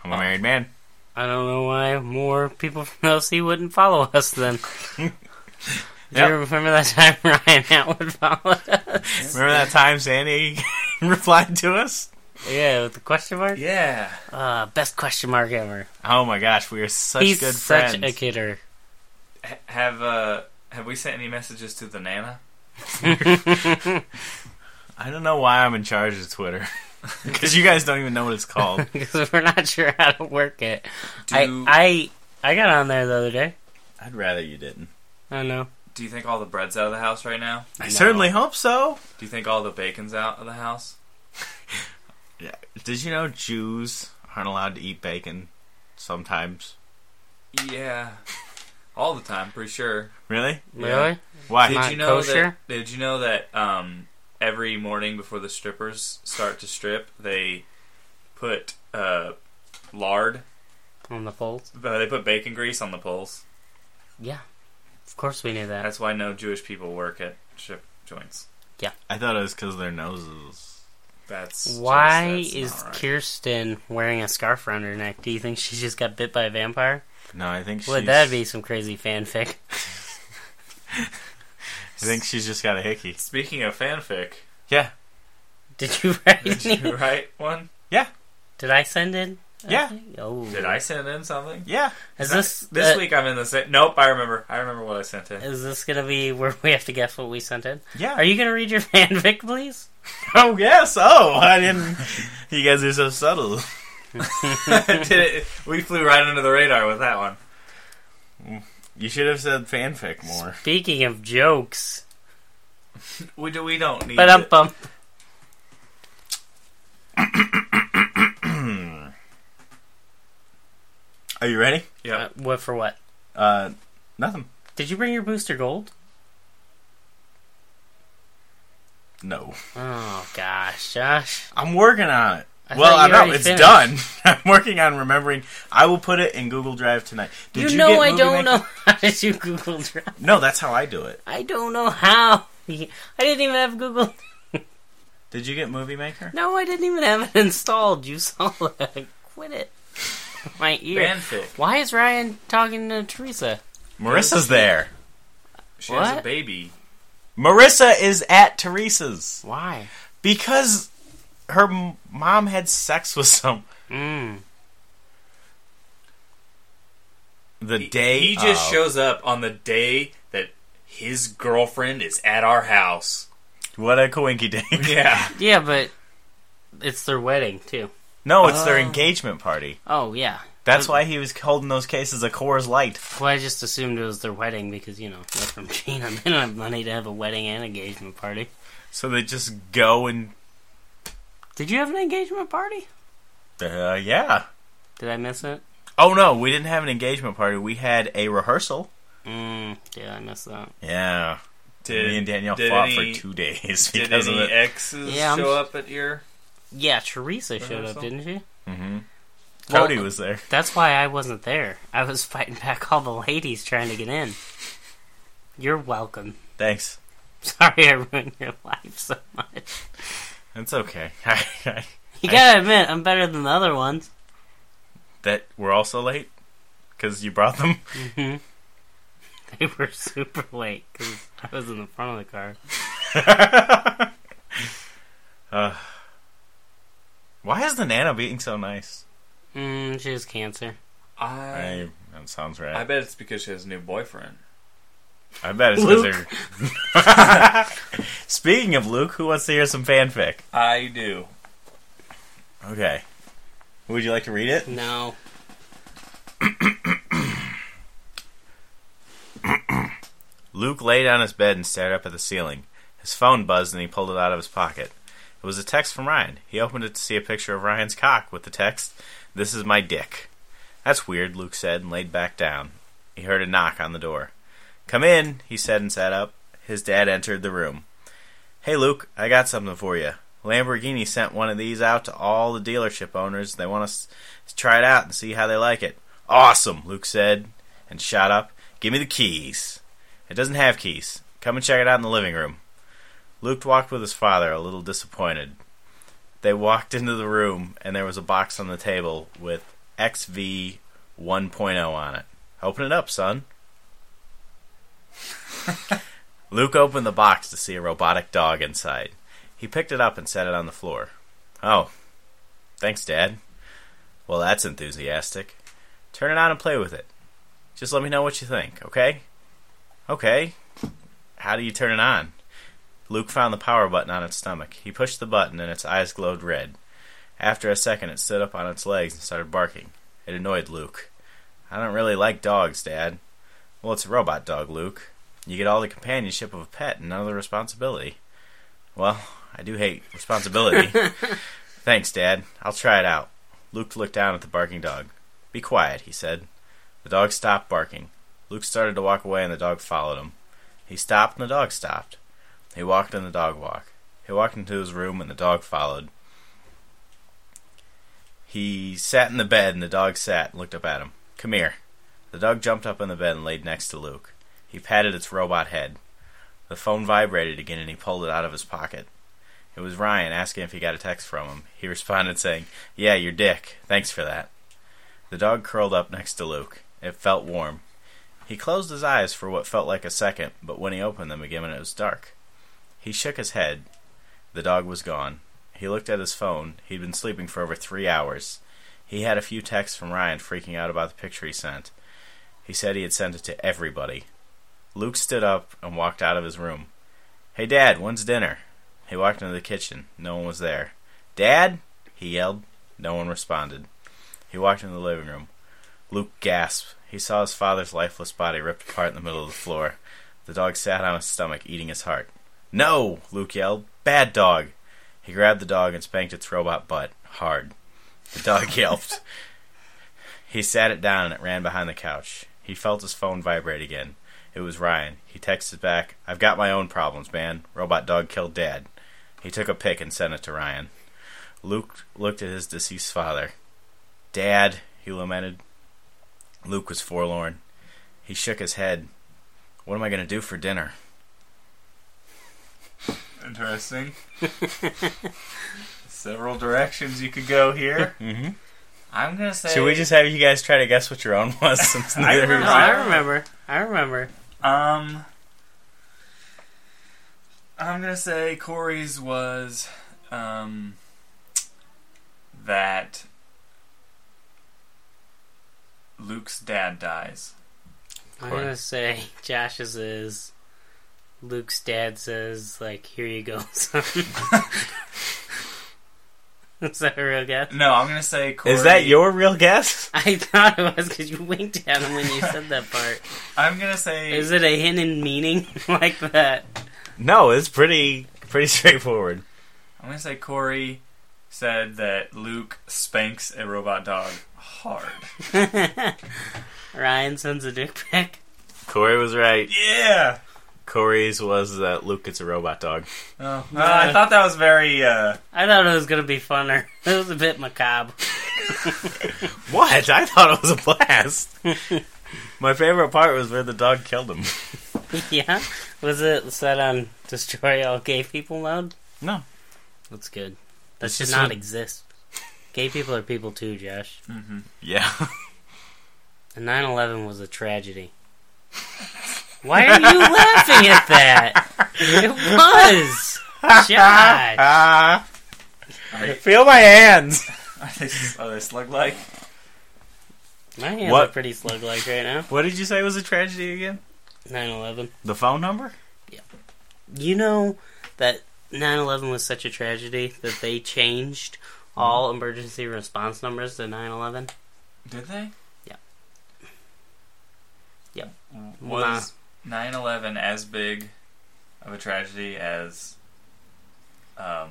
[SPEAKER 2] I'm a married man."
[SPEAKER 4] I don't know why more people from OC wouldn't follow us
[SPEAKER 6] [laughs]
[SPEAKER 4] then. Do
[SPEAKER 2] Yep.
[SPEAKER 4] you remember that time [laughs] Ryan Atwood followed us?
[SPEAKER 2] [laughs] Remember that time Sandy [laughs] replied to us?
[SPEAKER 4] Yeah, with the question mark?
[SPEAKER 6] Yeah,
[SPEAKER 4] Uh, best question mark ever.
[SPEAKER 2] Oh my gosh, we are such
[SPEAKER 4] He's
[SPEAKER 2] good
[SPEAKER 4] such
[SPEAKER 2] friends.
[SPEAKER 4] a
[SPEAKER 6] [laughs]
[SPEAKER 4] kidder. [laughs]
[SPEAKER 6] H- have uh, have we sent any messages to the Nana?
[SPEAKER 2] I don't know why I'm in charge of Twitter [laughs] because you guys don't even know what it's called.
[SPEAKER 4] Because we're not sure how to work it.
[SPEAKER 6] Do-
[SPEAKER 4] I, I I got on there the other day.
[SPEAKER 2] [laughs] I'd rather you didn't.
[SPEAKER 4] I don't know.
[SPEAKER 6] Do you think all the bread's out of the house right now?
[SPEAKER 2] I certainly hope so.
[SPEAKER 6] Do you think all the bacon's out of the house?
[SPEAKER 2] Yeah. Did you know Jews aren't allowed to eat bacon sometimes?
[SPEAKER 6] Yeah, all the time, pretty sure.
[SPEAKER 2] Really?
[SPEAKER 6] Yeah.
[SPEAKER 4] Really?
[SPEAKER 2] Why?
[SPEAKER 4] Not
[SPEAKER 6] Did you know
[SPEAKER 4] kosher?
[SPEAKER 6] that? Did you know that um, every morning before the strippers start to strip, they put uh, lard,
[SPEAKER 4] On the folds?
[SPEAKER 6] uh, they put bacon grease on the poles.
[SPEAKER 4] Yeah. Of course we knew that.
[SPEAKER 6] That's why no Jewish people work at strip joints.
[SPEAKER 2] I thought it was because their noses.
[SPEAKER 6] That's just-
[SPEAKER 4] Why
[SPEAKER 6] that's
[SPEAKER 4] is
[SPEAKER 6] not right.
[SPEAKER 4] Kirsten wearing a scarf around her neck? Do you think she just got bit by a vampire?
[SPEAKER 2] No, I think she's.
[SPEAKER 4] Would that be some crazy fanfic? [laughs]
[SPEAKER 2] I think she's just got a hickey.
[SPEAKER 6] Speaking of
[SPEAKER 4] [laughs]
[SPEAKER 6] fanfic,
[SPEAKER 2] Yeah.
[SPEAKER 4] Did you write
[SPEAKER 6] did
[SPEAKER 4] any?
[SPEAKER 6] you [laughs] write one?
[SPEAKER 4] Did I send in? I
[SPEAKER 2] Yeah.
[SPEAKER 4] think? Oh.
[SPEAKER 6] Did I send in something?
[SPEAKER 2] Yeah.
[SPEAKER 4] Is this
[SPEAKER 6] This
[SPEAKER 4] uh,
[SPEAKER 6] week I'm in the same. Nope, I remember. I remember what I sent
[SPEAKER 4] [laughs]
[SPEAKER 6] in. [laughs]
[SPEAKER 4] Is this gonna be where we have to guess what we sent in?
[SPEAKER 2] Yeah.
[SPEAKER 4] Are you gonna read your [laughs] fanfic, please?
[SPEAKER 2] [laughs] Oh yes. Oh, I didn't. [laughs] you guys are so subtle.
[SPEAKER 6] Did it, we flew right under the radar with that one.
[SPEAKER 2] You should have said fanfic more.
[SPEAKER 4] Speaking of jokes,
[SPEAKER 6] We do. We don't need.
[SPEAKER 4] but um,
[SPEAKER 6] it.
[SPEAKER 4] bum.
[SPEAKER 2] Are you ready?
[SPEAKER 6] Yep.
[SPEAKER 4] Uh, what for what?
[SPEAKER 2] Uh, nothing.
[SPEAKER 4] Did you bring your booster gold?
[SPEAKER 2] No.
[SPEAKER 4] Oh gosh, Josh.
[SPEAKER 2] I'm working on it.
[SPEAKER 4] I
[SPEAKER 2] well,
[SPEAKER 4] thought
[SPEAKER 2] I'm
[SPEAKER 4] you
[SPEAKER 2] not.
[SPEAKER 4] already
[SPEAKER 2] It's
[SPEAKER 4] finished.
[SPEAKER 2] done. [laughs] I'm working on remembering. I will put it in Google Drive tonight. Did
[SPEAKER 4] you, know
[SPEAKER 2] get
[SPEAKER 4] I
[SPEAKER 2] Movie
[SPEAKER 4] don't
[SPEAKER 2] Maker?
[SPEAKER 4] know [laughs] how to do Google Drive.
[SPEAKER 2] No, that's how I do it.
[SPEAKER 4] I don't know how. [laughs] I didn't even have Google. [laughs]
[SPEAKER 2] Did you get Movie Maker?
[SPEAKER 4] No, I didn't even have it [laughs] installed. You saw that. Quit it. [laughs] My ear.
[SPEAKER 6] Fanfic.
[SPEAKER 4] Why is Ryan talking to Teresa?
[SPEAKER 2] Marissa's there.
[SPEAKER 6] She has a
[SPEAKER 4] What?
[SPEAKER 6] baby.
[SPEAKER 2] Marissa is at Teresa's
[SPEAKER 4] Why?
[SPEAKER 2] because her m- mom had sex with some
[SPEAKER 4] Mm.
[SPEAKER 2] the day.
[SPEAKER 6] he just
[SPEAKER 2] of.
[SPEAKER 6] shows up on the day that his girlfriend is at
[SPEAKER 2] [laughs]
[SPEAKER 6] our house.
[SPEAKER 2] what a coinky
[SPEAKER 6] [laughs]
[SPEAKER 2] dink.
[SPEAKER 6] Yeah,
[SPEAKER 4] Yeah, but it's their wedding too.
[SPEAKER 2] No, it's their engagement party.
[SPEAKER 4] Oh yeah.
[SPEAKER 2] That's why he was holding those cases of Coors Light.
[SPEAKER 4] Well, I just assumed it was their wedding because you know they're from China. [laughs] They don't have money to have a wedding and engagement party.
[SPEAKER 2] So they just go and
[SPEAKER 4] Did you have an engagement party?
[SPEAKER 2] uh, yeah.
[SPEAKER 4] Did I miss it?
[SPEAKER 2] Oh no, we didn't have an engagement party. We had a rehearsal.
[SPEAKER 4] Mm, yeah, I missed that.
[SPEAKER 2] Yeah.
[SPEAKER 6] Did-
[SPEAKER 2] Me and Danielle
[SPEAKER 6] did
[SPEAKER 2] fought
[SPEAKER 6] any-
[SPEAKER 2] for two days [laughs]
[SPEAKER 6] did
[SPEAKER 2] because of
[SPEAKER 6] any
[SPEAKER 2] it.
[SPEAKER 6] exes
[SPEAKER 4] Yeah, I'm
[SPEAKER 6] show
[SPEAKER 4] s-
[SPEAKER 6] up at your?
[SPEAKER 4] Yeah, Teresa showed up,
[SPEAKER 6] Rehearsal?
[SPEAKER 4] didn't she?
[SPEAKER 6] e-
[SPEAKER 2] Mm-hmm.
[SPEAKER 4] Well-
[SPEAKER 2] Cody was there.
[SPEAKER 4] That's why I wasn't there. I was [laughs] fighting back all the ladies trying to get in. You're welcome. [laughs]
[SPEAKER 2] Thanks.
[SPEAKER 4] Sorry I ruined your life so much.
[SPEAKER 2] That's okay. [laughs]
[SPEAKER 4] You gotta admit, I'm better than the other ones.
[SPEAKER 2] that we're also late because you brought them. [laughs]
[SPEAKER 4] hmm [laughs] They were super late because I was in the front of the car.
[SPEAKER 2] Uh, why is the Nana being so nice?
[SPEAKER 4] Mm, she has cancer.
[SPEAKER 6] I
[SPEAKER 2] I, that sounds right.
[SPEAKER 6] I bet it's because she has a new boyfriend.
[SPEAKER 2] I bet it's because
[SPEAKER 4] Luke.
[SPEAKER 2] they're. [laughs] Speaking of Luke, who wants to hear some fanfic?
[SPEAKER 6] I do.
[SPEAKER 2] Okay. Would you like to read it?
[SPEAKER 4] No.
[SPEAKER 2] Luke laid on his bed and stared up at the ceiling. His phone buzzed and he pulled it out of his pocket. It was a text from Ryan. He opened it to see a picture of Ryan's cock with the text, This is my dick. That's weird, Luke said and laid back down. He heard a knock on the door. Come in, he said and sat up. His dad entered the room. Hey, Luke, I got something for you. Lamborghini sent one of these out to all the dealership owners. They want us to try it out and see how they like it. Awesome, Luke said and shot up. Give me the keys. It doesn't have keys. Come and check it out in the living room. Luke walked with his father, a little disappointed. They walked into the room, and there was a box on the table with XV 1.0 on it. Open it up, son. Luke opened the box to see a robotic dog inside. He picked it up and set it on the floor. Oh, thanks, Dad. Well, that's enthusiastic. Turn it on and play with it. Just let me know what you think, okay? Okay. How do you turn it on? Luke found the power button on its stomach. He pushed the button and its eyes glowed red. After a second, it stood up on its legs and started barking. It annoyed Luke. I don't really like dogs, Dad. Well, it's a robot dog, Luke. You get all the companionship of a pet and none of the responsibility. Well, I do hate responsibility. Thanks, Dad. I'll try it out. Luke looked down at the barking dog. Be quiet, he said. The dog stopped barking. Luke started to walk away and the dog followed him. He stopped and the dog stopped. He walked and the dog walked. He walked into his room and the dog followed. He sat in the bed and the dog sat and looked up at him. Come here. The dog jumped up in the bed and laid next to Luke. He patted its robot head. The phone vibrated again and he pulled it out of his pocket. It was Ryan asking if he got a text from him. He [laughs] responded saying, Yeah, your dick. Thanks for that. The dog curled up next to Luke. It felt warm. He closed his eyes for what felt like a second, but when he opened them again, it was dark. He shook his head. The dog was gone. He looked at his phone. He'd been sleeping for over three hours. He had a few texts from Ryan freaking out about the picture he sent. He said he had sent it to everybody. Luke stood up and walked out of his room. Hey, Dad, when's dinner? He walked into the kitchen. No one was there. Dad? He yelled. No one responded. He walked into the living room. Luke gasped. He saw his father's lifeless body ripped apart in the middle of the floor. The dog sat on his stomach, eating his heart. No! Luke yelled. Bad dog! He grabbed the dog and spanked its robot butt hard. The dog [laughs] yelped. he sat it down and it ran behind the couch. He felt his phone vibrate again. It was Ryan. He texted back, I've got my own problems, man. Robot dog killed dad. He took a pic and sent it to Ryan. Luke looked at his deceased father. Dad, he lamented. Luke was forlorn. He shook his head. What am I going to do for dinner?
[SPEAKER 6] Interesting.
[SPEAKER 4] [laughs]
[SPEAKER 6] Several directions you could go here.
[SPEAKER 2] Mm-hmm.
[SPEAKER 6] I'm gonna say.
[SPEAKER 2] Should we just have you guys try to guess what your own was? [laughs] Since
[SPEAKER 6] I
[SPEAKER 2] neither of
[SPEAKER 4] No,
[SPEAKER 2] us-
[SPEAKER 4] I remember. I remember.
[SPEAKER 6] Um, I'm gonna say Corey's was um that Luke's dad dies.
[SPEAKER 4] I'm
[SPEAKER 2] Corey.
[SPEAKER 4] gonna say Josh's is. Luke's dad says, "Like here you go." [laughs] son." Is that a real guess?
[SPEAKER 6] No, I'm gonna say Corey.
[SPEAKER 2] is that your real guess? [laughs]
[SPEAKER 4] I thought it was because you winked at him when you said that part.
[SPEAKER 6] I'm gonna say.
[SPEAKER 4] Is it a hidden meaning [laughs] like that?
[SPEAKER 2] No, it's pretty pretty [laughs] straightforward.
[SPEAKER 6] I'm gonna say Corey said that Luke spanks a robot dog hard.
[SPEAKER 4] Ryan sends a dick pic.
[SPEAKER 2] Corey was right.
[SPEAKER 6] Yeah.
[SPEAKER 2] Corey's was that Luke gets a robot dog.
[SPEAKER 6] Oh, well, I thought that was very. uh
[SPEAKER 4] I thought it was gonna be funner. [laughs] It was a bit macabre. [laughs]
[SPEAKER 2] What? I thought it was a blast. My favorite part was where the dog killed him.
[SPEAKER 4] [laughs] yeah, was it set on destroy all gay people mode?
[SPEAKER 2] No.
[SPEAKER 4] That's good. That
[SPEAKER 2] It's
[SPEAKER 4] should
[SPEAKER 2] just
[SPEAKER 4] not
[SPEAKER 2] a-
[SPEAKER 4] exist. [laughs] Gay people are people too, Josh.
[SPEAKER 2] [laughs] Yeah.
[SPEAKER 4] And 9/11 was a [laughs] tragedy. Why are you [laughs] laughing at that? It was. Josh.
[SPEAKER 2] Ah.
[SPEAKER 6] Are, [laughs] you,
[SPEAKER 2] Feel my hands.
[SPEAKER 6] are they, are oh, they slug like?
[SPEAKER 4] My hands
[SPEAKER 2] What?
[SPEAKER 4] are pretty slug like right now.
[SPEAKER 2] What did you say was a tragedy again?
[SPEAKER 4] 9 11.
[SPEAKER 2] The phone number?
[SPEAKER 4] You know that 9 11 was such a tragedy that they changed all emergency response numbers to 9 11?
[SPEAKER 6] Did they?
[SPEAKER 4] Yeah. Yep.
[SPEAKER 6] Was 9 11 as big of a tragedy as. Um, I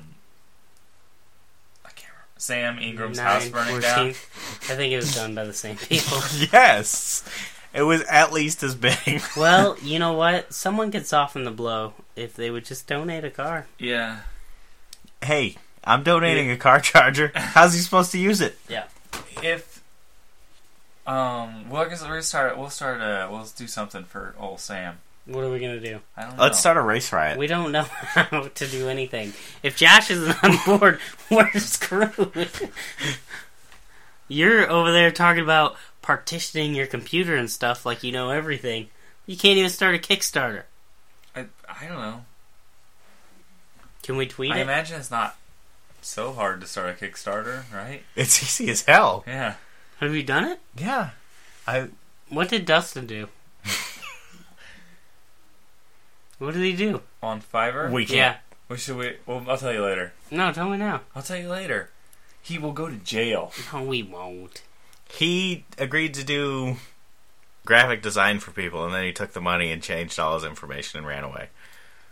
[SPEAKER 6] can't remember. Sam Ingram's house burning down?
[SPEAKER 4] I think it was done by the same people.
[SPEAKER 2] [laughs]
[SPEAKER 4] [laughs]
[SPEAKER 2] Yes. It was at least as big.
[SPEAKER 4] well, you know what? Someone could soften the blow if they would just donate a car.
[SPEAKER 6] Yeah.
[SPEAKER 2] hey, I'm donating a car [laughs] charger. How's he supposed to use it?
[SPEAKER 6] If. Um, well, I guess we'll start. We'll start. Uh, we'll do something for old Sam.
[SPEAKER 4] What are we gonna do?
[SPEAKER 6] I don't know.
[SPEAKER 2] Let's start a race riot.
[SPEAKER 4] We don't know [laughs] how to do anything. If Josh isn't on [laughs] board, we're screwed. [laughs] You're over there talking about partitioning your computer and stuff like you know everything. You can't even start a Kickstarter.
[SPEAKER 6] I, I don't know.
[SPEAKER 4] Can we tweet
[SPEAKER 6] I
[SPEAKER 4] it?
[SPEAKER 6] imagine it's not so hard to start a Kickstarter, right?
[SPEAKER 2] It's easy as hell.
[SPEAKER 6] Yeah.
[SPEAKER 4] Have you done it?
[SPEAKER 2] Yeah. I
[SPEAKER 4] What did Dustin
[SPEAKER 6] [laughs]
[SPEAKER 4] do? what did he do?
[SPEAKER 6] On Fiverr?
[SPEAKER 2] we can't.
[SPEAKER 4] Yeah.
[SPEAKER 6] We should we? Well, I'll tell you later.
[SPEAKER 4] No, tell me now.
[SPEAKER 6] I'll tell you later. He will go to jail.
[SPEAKER 4] No, we won't.
[SPEAKER 2] He agreed to do graphic design for people, and then he took the money and changed all his information and ran away.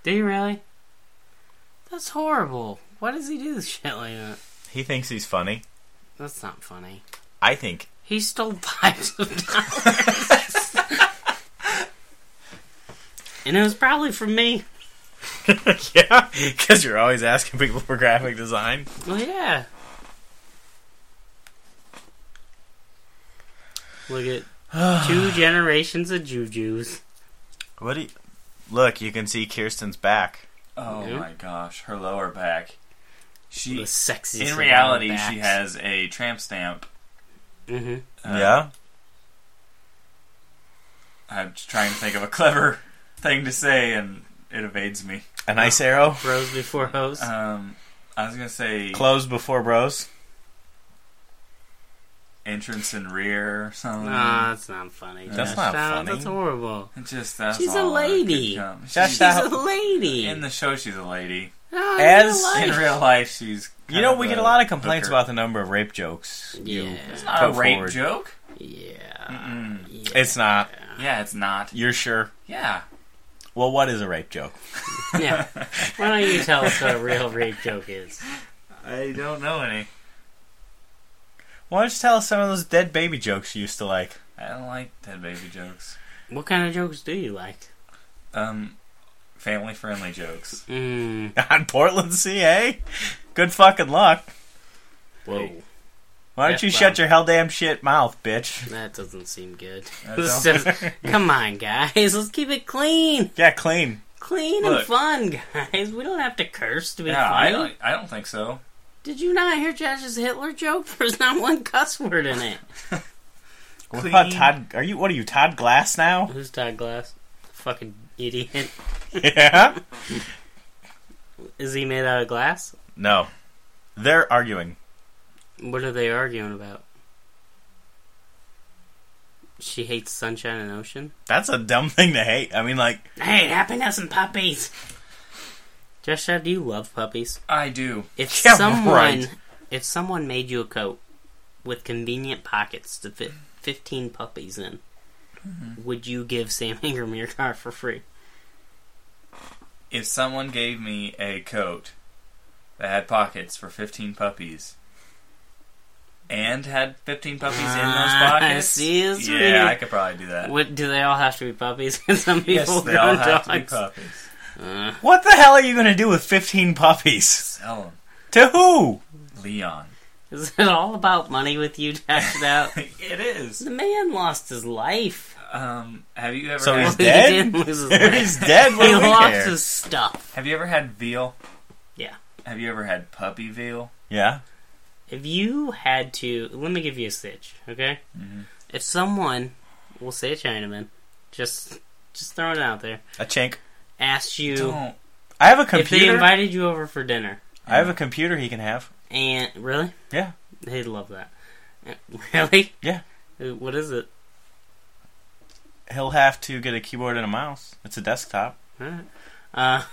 [SPEAKER 4] Did he really? That's horrible. Why does he do this shit like that?
[SPEAKER 2] He thinks he's funny.
[SPEAKER 4] That's not funny.
[SPEAKER 2] I think [laughs]
[SPEAKER 4] He stole fives of dollars. and it was probably from me.
[SPEAKER 2] yeah, because you're always asking people for graphic design.
[SPEAKER 4] Well, yeah. Look at
[SPEAKER 6] [sighs]
[SPEAKER 4] two generations of Jujus.
[SPEAKER 2] What do you, look? You can see Kirsten's back.
[SPEAKER 6] Oh
[SPEAKER 4] Yeah.
[SPEAKER 6] my gosh, her lower back.
[SPEAKER 4] The
[SPEAKER 6] She,
[SPEAKER 4] sexiest.
[SPEAKER 6] in reality, she has a tramp stamp.
[SPEAKER 4] hmm
[SPEAKER 6] Uh,
[SPEAKER 2] yeah,
[SPEAKER 6] I'm just trying to think of a clever [laughs] thing to say, and it evades me.
[SPEAKER 2] a nice arrow.
[SPEAKER 4] Rose before hose.
[SPEAKER 6] Um, I was gonna say
[SPEAKER 2] Close before bros.
[SPEAKER 6] entrance and rear or something.
[SPEAKER 4] Nah, Ah, that's not funny.
[SPEAKER 6] That's
[SPEAKER 4] Josh.
[SPEAKER 2] not
[SPEAKER 4] Nah,
[SPEAKER 2] funny.
[SPEAKER 4] That's horrible.
[SPEAKER 6] It just that's
[SPEAKER 4] She's a
[SPEAKER 6] all I could
[SPEAKER 4] lady.
[SPEAKER 6] come.
[SPEAKER 2] Just
[SPEAKER 6] She's-
[SPEAKER 2] that-
[SPEAKER 4] She's a lady.
[SPEAKER 6] in the show, she's a lady.
[SPEAKER 4] No,
[SPEAKER 2] As
[SPEAKER 4] in
[SPEAKER 6] In
[SPEAKER 4] real life.
[SPEAKER 6] real life, she's.
[SPEAKER 2] You know, we get a lot of complaints
[SPEAKER 6] hooker.
[SPEAKER 2] about the number of rape jokes. you
[SPEAKER 4] Yeah.
[SPEAKER 6] Not a
[SPEAKER 2] put
[SPEAKER 6] rape
[SPEAKER 2] forward.
[SPEAKER 6] joke.
[SPEAKER 4] Yeah.
[SPEAKER 6] Mm.
[SPEAKER 4] yeah.
[SPEAKER 6] [laughs]
[SPEAKER 2] It's not.
[SPEAKER 6] Yeah, it's not.
[SPEAKER 2] You're sure?
[SPEAKER 6] Yeah.
[SPEAKER 2] Well, what is a rape joke?
[SPEAKER 4] yeah. Why don't you tell us what a real rape joke is?
[SPEAKER 6] I don't know any.
[SPEAKER 2] Why don't you tell us some of those dead baby jokes you used to like? [laughs]
[SPEAKER 6] I don't like dead baby jokes.
[SPEAKER 4] What kind of jokes do you like?
[SPEAKER 6] Um, family friendly jokes.
[SPEAKER 4] Mm.
[SPEAKER 2] On Portland, CA. Good fucking luck.
[SPEAKER 4] Whoa.
[SPEAKER 6] Hey.
[SPEAKER 2] Why don't
[SPEAKER 4] Yes,
[SPEAKER 2] you
[SPEAKER 4] ma'am.
[SPEAKER 2] shut your hell damn shit mouth, bitch?
[SPEAKER 4] That doesn't seem good. [laughs]
[SPEAKER 6] I
[SPEAKER 4] This
[SPEAKER 6] don't- [laughs]
[SPEAKER 4] does- come on, guys. Let's keep it clean.
[SPEAKER 2] Yeah, clean.
[SPEAKER 4] Clean and
[SPEAKER 6] Look.
[SPEAKER 4] fun, guys. We don't have to curse to be
[SPEAKER 6] yeah,
[SPEAKER 4] funny.
[SPEAKER 6] I don't. I don't think so.
[SPEAKER 4] Did you not hear Josh's Hitler joke? [laughs] There's not one cuss word in it.
[SPEAKER 2] What
[SPEAKER 6] Clean.
[SPEAKER 2] about Todd? Are you? What are you, Todd Glass
[SPEAKER 4] [laughs]
[SPEAKER 2] now?
[SPEAKER 4] Who's Todd Glass? Fucking idiot.
[SPEAKER 2] yeah.
[SPEAKER 4] Is he made out of glass?
[SPEAKER 2] No, they're arguing.
[SPEAKER 4] What are they arguing about? She hates sunshine and ocean?
[SPEAKER 2] That's a dumb thing to hate. I mean, like,
[SPEAKER 4] Hey, happiness and puppies. Josh, do you love puppies?
[SPEAKER 6] I do.
[SPEAKER 4] If
[SPEAKER 2] Yeah,
[SPEAKER 4] someone,
[SPEAKER 2] right.
[SPEAKER 4] if someone made you a coat with convenient pockets to fit fifteen puppies in, would you give Sam Ingram your car for free?
[SPEAKER 6] If someone gave me a coat that had pockets for fifteen puppies, and had fifteen puppies in those
[SPEAKER 4] Ah, [laughs]
[SPEAKER 6] pockets,
[SPEAKER 4] see, it's
[SPEAKER 6] yeah,
[SPEAKER 4] really-
[SPEAKER 6] I could probably do that.
[SPEAKER 4] What do they all have to be puppies? [laughs] 'Cause Some people
[SPEAKER 6] yes, they all
[SPEAKER 4] grown
[SPEAKER 6] have to be
[SPEAKER 4] dogs.
[SPEAKER 6] puppies.
[SPEAKER 4] Uh,
[SPEAKER 2] what the hell are you gonna do with fifteen puppies?
[SPEAKER 6] Sell
[SPEAKER 2] To
[SPEAKER 4] [laughs]
[SPEAKER 2] who?
[SPEAKER 6] 'em. Leon. [laughs]
[SPEAKER 4] is it all about money with you, Josh? Now
[SPEAKER 6] it is.
[SPEAKER 4] the man lost his life.
[SPEAKER 6] Um, have you ever?
[SPEAKER 2] So
[SPEAKER 6] had,
[SPEAKER 2] he's
[SPEAKER 4] [laughs] He
[SPEAKER 2] dead?
[SPEAKER 4] didn't lose his
[SPEAKER 2] If [laughs]
[SPEAKER 4] life.
[SPEAKER 2] He's dead. What
[SPEAKER 4] He
[SPEAKER 2] do we
[SPEAKER 4] lost
[SPEAKER 2] care?
[SPEAKER 4] his stuff.
[SPEAKER 6] have you ever had veal?
[SPEAKER 4] Yeah.
[SPEAKER 6] Have you ever had puppy veal?
[SPEAKER 2] Yeah.
[SPEAKER 4] If you had to, let me give you a stitch, okay?
[SPEAKER 6] Mm-hmm.
[SPEAKER 4] If someone, we'll say a Chinaman, just just throwing it out there,
[SPEAKER 2] A chink.
[SPEAKER 4] asked you
[SPEAKER 6] Don't.
[SPEAKER 2] I have a
[SPEAKER 4] if they
[SPEAKER 2] computer.
[SPEAKER 4] invited you over for dinner
[SPEAKER 2] I have a computer he can have.
[SPEAKER 4] And really,
[SPEAKER 2] Yeah.
[SPEAKER 4] they'd love that. [laughs] Uh, Really?
[SPEAKER 2] Yeah.
[SPEAKER 4] Uh, What is it?
[SPEAKER 2] He'll have to get a keyboard and a mouse. It's a desktop.
[SPEAKER 4] Alright. Uh,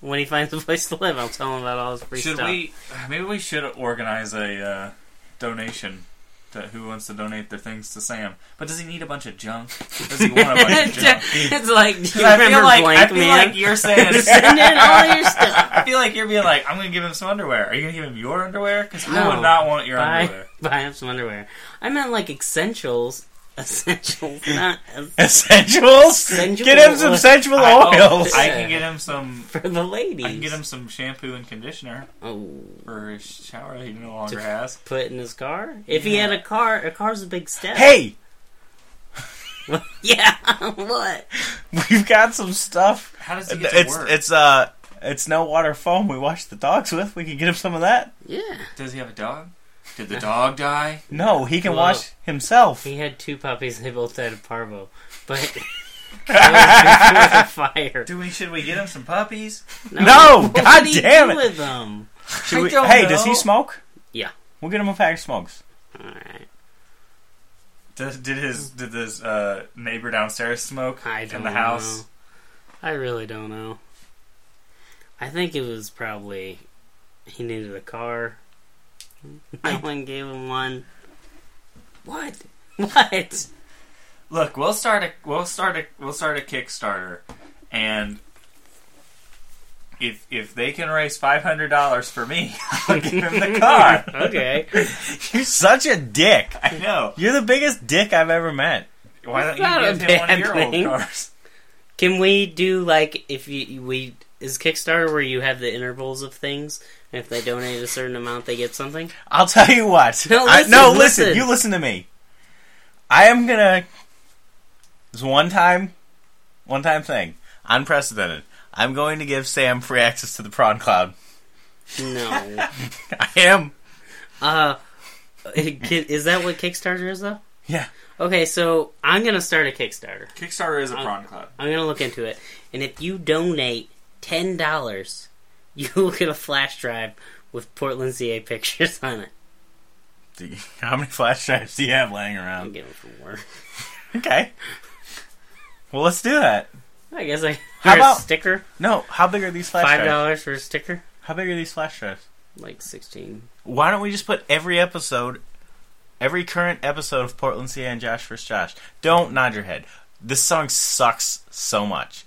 [SPEAKER 4] when he finds a place to live, I'll tell him about all his free
[SPEAKER 6] Should
[SPEAKER 4] stuff.
[SPEAKER 6] we? Maybe we should organize a uh, donation. To who wants to donate their things to Sam? But does he need a bunch of junk? Does he want
[SPEAKER 4] [laughs]
[SPEAKER 6] a bunch of junk?
[SPEAKER 4] [laughs] it's like, do you
[SPEAKER 6] 'Cause I
[SPEAKER 4] remember
[SPEAKER 6] feel like
[SPEAKER 4] blank
[SPEAKER 6] I feel
[SPEAKER 4] man?
[SPEAKER 6] like
[SPEAKER 4] [laughs]
[SPEAKER 6] you're saying.
[SPEAKER 4] Send in all
[SPEAKER 6] [laughs]
[SPEAKER 4] your stuff.
[SPEAKER 6] I feel like you're being like, I'm gonna give him some underwear. Are you gonna give him your underwear? Because I
[SPEAKER 4] No.
[SPEAKER 6] would not want your
[SPEAKER 4] Buy, [laughs]
[SPEAKER 6] underwear.
[SPEAKER 4] buy him some underwear. I meant like essentials. [laughs] Essentials, not
[SPEAKER 2] [laughs] Essentials.
[SPEAKER 4] Sensual
[SPEAKER 2] Get him some
[SPEAKER 4] oil.
[SPEAKER 2] sensual
[SPEAKER 6] I, oh,
[SPEAKER 2] oils.
[SPEAKER 6] I can get him some.
[SPEAKER 4] for the ladies.
[SPEAKER 6] I can get him some shampoo and conditioner
[SPEAKER 4] Oh,
[SPEAKER 6] for his shower. He no longer
[SPEAKER 4] To-
[SPEAKER 6] has.
[SPEAKER 4] put in his car. If he had a car, a car's a big step.
[SPEAKER 2] hey,
[SPEAKER 4] [laughs] Yeah. [laughs] what?
[SPEAKER 2] we've got some stuff.
[SPEAKER 6] How does he get to
[SPEAKER 2] It's
[SPEAKER 6] work?
[SPEAKER 2] it's uh it's no water foam we wash the dogs with. We can get him some of that.
[SPEAKER 4] Yeah.
[SPEAKER 6] Does he have a dog? Did the dog die?
[SPEAKER 2] No, he can
[SPEAKER 4] Well-
[SPEAKER 2] wash himself.
[SPEAKER 4] He had two puppies. They both died of parvo, but [laughs] it
[SPEAKER 6] [laughs]
[SPEAKER 4] was before the fire.
[SPEAKER 6] Do we should we get him some puppies?
[SPEAKER 2] No,
[SPEAKER 4] What
[SPEAKER 2] god
[SPEAKER 4] do you
[SPEAKER 2] damn
[SPEAKER 4] do
[SPEAKER 2] it.
[SPEAKER 4] With them?
[SPEAKER 2] Should
[SPEAKER 6] I
[SPEAKER 2] we-
[SPEAKER 6] don't
[SPEAKER 2] hey, does
[SPEAKER 6] know.
[SPEAKER 2] he smoke?
[SPEAKER 4] Yeah.
[SPEAKER 2] We'll get him a pack of smokes. [laughs]
[SPEAKER 4] All right.
[SPEAKER 6] Does, did his did his uh, neighbor downstairs smoke
[SPEAKER 4] I
[SPEAKER 6] in
[SPEAKER 4] don't
[SPEAKER 6] the house?
[SPEAKER 4] Know. I really don't know. I think it was probably he needed a car. [laughs] No one gave him one. What? [laughs] What?
[SPEAKER 6] Look, we'll start a we'll start a we'll start a Kickstarter, and if if they can raise five hundred dollars for me, [laughs] I'll give him the car.
[SPEAKER 4] [laughs] Okay.
[SPEAKER 2] You're such a dick.
[SPEAKER 6] I know.
[SPEAKER 2] You're the biggest dick I've ever met.
[SPEAKER 6] Why don't
[SPEAKER 4] Not
[SPEAKER 6] you
[SPEAKER 4] a
[SPEAKER 6] give him one of
[SPEAKER 4] bad
[SPEAKER 6] your
[SPEAKER 4] thing.
[SPEAKER 6] old cars?
[SPEAKER 4] Can we do like if you we is Kickstarter where you have the intervals of things, and if they donate a certain amount, they get something.
[SPEAKER 2] I'll tell you what.
[SPEAKER 4] [laughs] No,
[SPEAKER 2] I-
[SPEAKER 4] listen,
[SPEAKER 2] no, listen,
[SPEAKER 4] listen.
[SPEAKER 2] You listen to me. I am gonna. This one time, one time thing, unprecedented. I'm going to give Sam free access to the prawn cloud. [laughs]
[SPEAKER 4] No.
[SPEAKER 2] I am.
[SPEAKER 4] uh, [laughs] ki- is that what Kickstarter is though?
[SPEAKER 2] Yeah.
[SPEAKER 4] Okay, so I'm gonna start a Kickstarter.
[SPEAKER 6] Kickstarter is a prawn club.
[SPEAKER 4] I'm gonna look into it, and if you donate ten dollars, [laughs] you will get a flash drive with Portland CA pictures [laughs] on it.
[SPEAKER 2] Do you- How many flash drives do you have laying
[SPEAKER 4] I'm
[SPEAKER 2] around?
[SPEAKER 4] getting them from work.
[SPEAKER 2] Okay. Well, let's do that.
[SPEAKER 4] I guess I.
[SPEAKER 2] How
[SPEAKER 4] for a
[SPEAKER 2] about-
[SPEAKER 4] sticker?
[SPEAKER 2] No, how big are these flash
[SPEAKER 4] Five
[SPEAKER 2] drives?
[SPEAKER 4] dollars for a sticker?
[SPEAKER 2] How big are these flash drives?
[SPEAKER 4] Like sixteen.
[SPEAKER 2] Why don't we just put every episode, every current episode of Portland CA and Josh vs. Josh? Don't nod your head. This song sucks so much.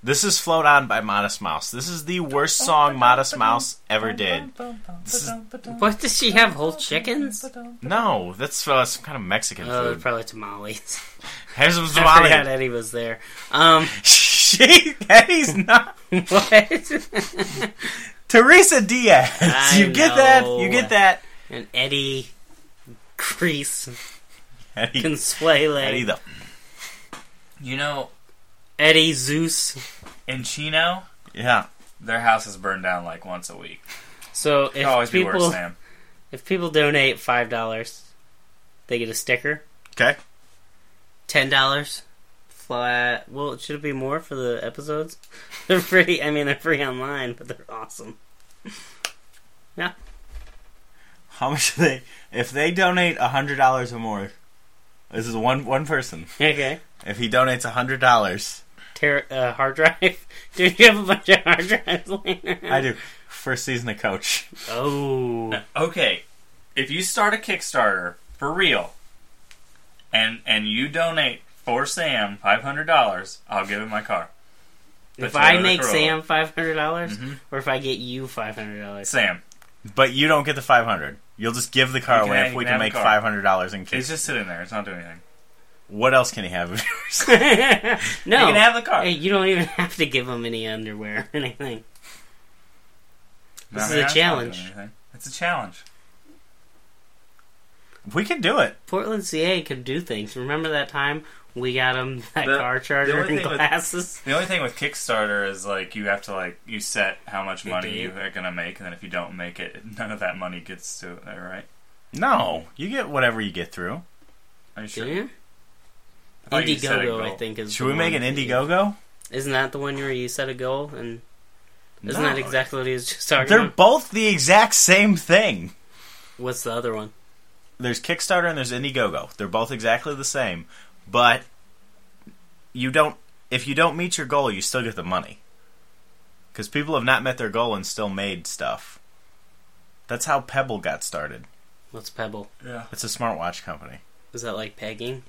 [SPEAKER 2] This is Float On by Modest Mouse. This is the worst song Modest Mouse ever did. This is,
[SPEAKER 4] What does she have? Whole chickens?
[SPEAKER 2] no, that's uh, some kind of Mexican
[SPEAKER 4] Oh, [laughs]
[SPEAKER 2] food.
[SPEAKER 4] probably tamales.
[SPEAKER 2] Here's
[SPEAKER 4] [laughs]
[SPEAKER 2] some
[SPEAKER 4] I forgot
[SPEAKER 2] tamale.
[SPEAKER 4] Eddie was there. Um,
[SPEAKER 2] [laughs] She, Eddie's not.
[SPEAKER 4] what? [laughs]
[SPEAKER 2] Teresa Diaz.
[SPEAKER 4] I
[SPEAKER 2] you get that?
[SPEAKER 4] know.
[SPEAKER 2] You get that?
[SPEAKER 4] and Eddie, Grease,
[SPEAKER 2] Eddie,
[SPEAKER 4] Consuelo,
[SPEAKER 2] Eddie the.
[SPEAKER 6] You know,
[SPEAKER 4] Eddie Zeus.
[SPEAKER 6] in Chino,
[SPEAKER 2] Yeah.
[SPEAKER 6] their house is burned down like once a week.
[SPEAKER 4] So
[SPEAKER 6] It
[SPEAKER 4] if
[SPEAKER 6] could always
[SPEAKER 4] people
[SPEAKER 6] be worse, Sam.
[SPEAKER 4] if people donate five dollars, they get a sticker.
[SPEAKER 2] Okay.
[SPEAKER 4] Ten dollars, flat. Well, it should be more for the episodes. [laughs] They're free. I mean, they're free online, but they're awesome.
[SPEAKER 2] How much do they? If they donate hundred dollars or more, this is one one person.
[SPEAKER 4] Okay.
[SPEAKER 2] If he donates hundred dollars,
[SPEAKER 4] Ter- uh, hard drive. [laughs] Dude, you have a bunch of hard drives later.
[SPEAKER 2] I do first season of Coach.
[SPEAKER 4] Oh.
[SPEAKER 6] Okay, if you start a Kickstarter for real, and and you donate for Sam five hundred dollars, I'll give him my car.
[SPEAKER 4] If
[SPEAKER 6] But
[SPEAKER 4] I
[SPEAKER 6] Toyota
[SPEAKER 4] make
[SPEAKER 6] Corolla.
[SPEAKER 4] Sam five hundred dollars,
[SPEAKER 6] Mm-hmm.
[SPEAKER 4] or if I get you five hundred
[SPEAKER 6] [laughs]
[SPEAKER 4] dollars, [laughs]
[SPEAKER 6] Sam,
[SPEAKER 2] But you don't get the five hundred. You'll just give the car
[SPEAKER 6] You can
[SPEAKER 2] away
[SPEAKER 6] have-
[SPEAKER 2] if
[SPEAKER 6] you
[SPEAKER 2] we
[SPEAKER 6] can
[SPEAKER 2] can
[SPEAKER 6] have
[SPEAKER 2] make
[SPEAKER 6] the car.
[SPEAKER 2] five hundred dollars in
[SPEAKER 6] it's
[SPEAKER 2] case.
[SPEAKER 6] just sitting there. It's not doing anything.
[SPEAKER 2] What else can he have? [laughs] of yours?
[SPEAKER 4] no,
[SPEAKER 6] You can have the car.
[SPEAKER 4] Hey, you don't even have to give him any underwear or anything.
[SPEAKER 6] No,
[SPEAKER 4] this is
[SPEAKER 6] I
[SPEAKER 4] a
[SPEAKER 6] mean, it's not
[SPEAKER 4] challenge.
[SPEAKER 6] doing anything. It's a challenge.
[SPEAKER 2] we can do it.
[SPEAKER 4] Portland CA could do things. Remember that time we got him that
[SPEAKER 6] The-
[SPEAKER 4] car charger
[SPEAKER 6] only
[SPEAKER 4] and
[SPEAKER 6] thing with-
[SPEAKER 4] glasses?
[SPEAKER 6] The only thing with Kickstarter is like you have to like you set how much
[SPEAKER 4] Good
[SPEAKER 6] money
[SPEAKER 4] date.
[SPEAKER 6] you are gonna make, and then if you don't make it, [laughs] none of that money gets to all right.
[SPEAKER 2] No, you get whatever you get through.
[SPEAKER 6] Are you [laughs] sure?
[SPEAKER 4] Yeah.
[SPEAKER 6] I thought you said a
[SPEAKER 4] Indiegogo, I
[SPEAKER 6] goal.
[SPEAKER 4] think is.
[SPEAKER 2] Should
[SPEAKER 4] the
[SPEAKER 2] we make an
[SPEAKER 4] one.
[SPEAKER 2] Indiegogo?
[SPEAKER 4] Isn't that the one where you set a goal and Isn't
[SPEAKER 2] No.
[SPEAKER 4] that exactly what he was just talking
[SPEAKER 2] They're
[SPEAKER 4] about?
[SPEAKER 2] both the exact same thing.
[SPEAKER 4] What's the other one?
[SPEAKER 2] There's Kickstarter and there's Indiegogo. They're both exactly the same, but you don't. If you don't meet your goal, you still get the money. Because people have not met their goal and still made stuff. That's how Pebble got started.
[SPEAKER 4] What's Pebble?
[SPEAKER 6] Yeah.
[SPEAKER 2] It's a smartwatch company. [laughs]
[SPEAKER 4] Is that like pegging?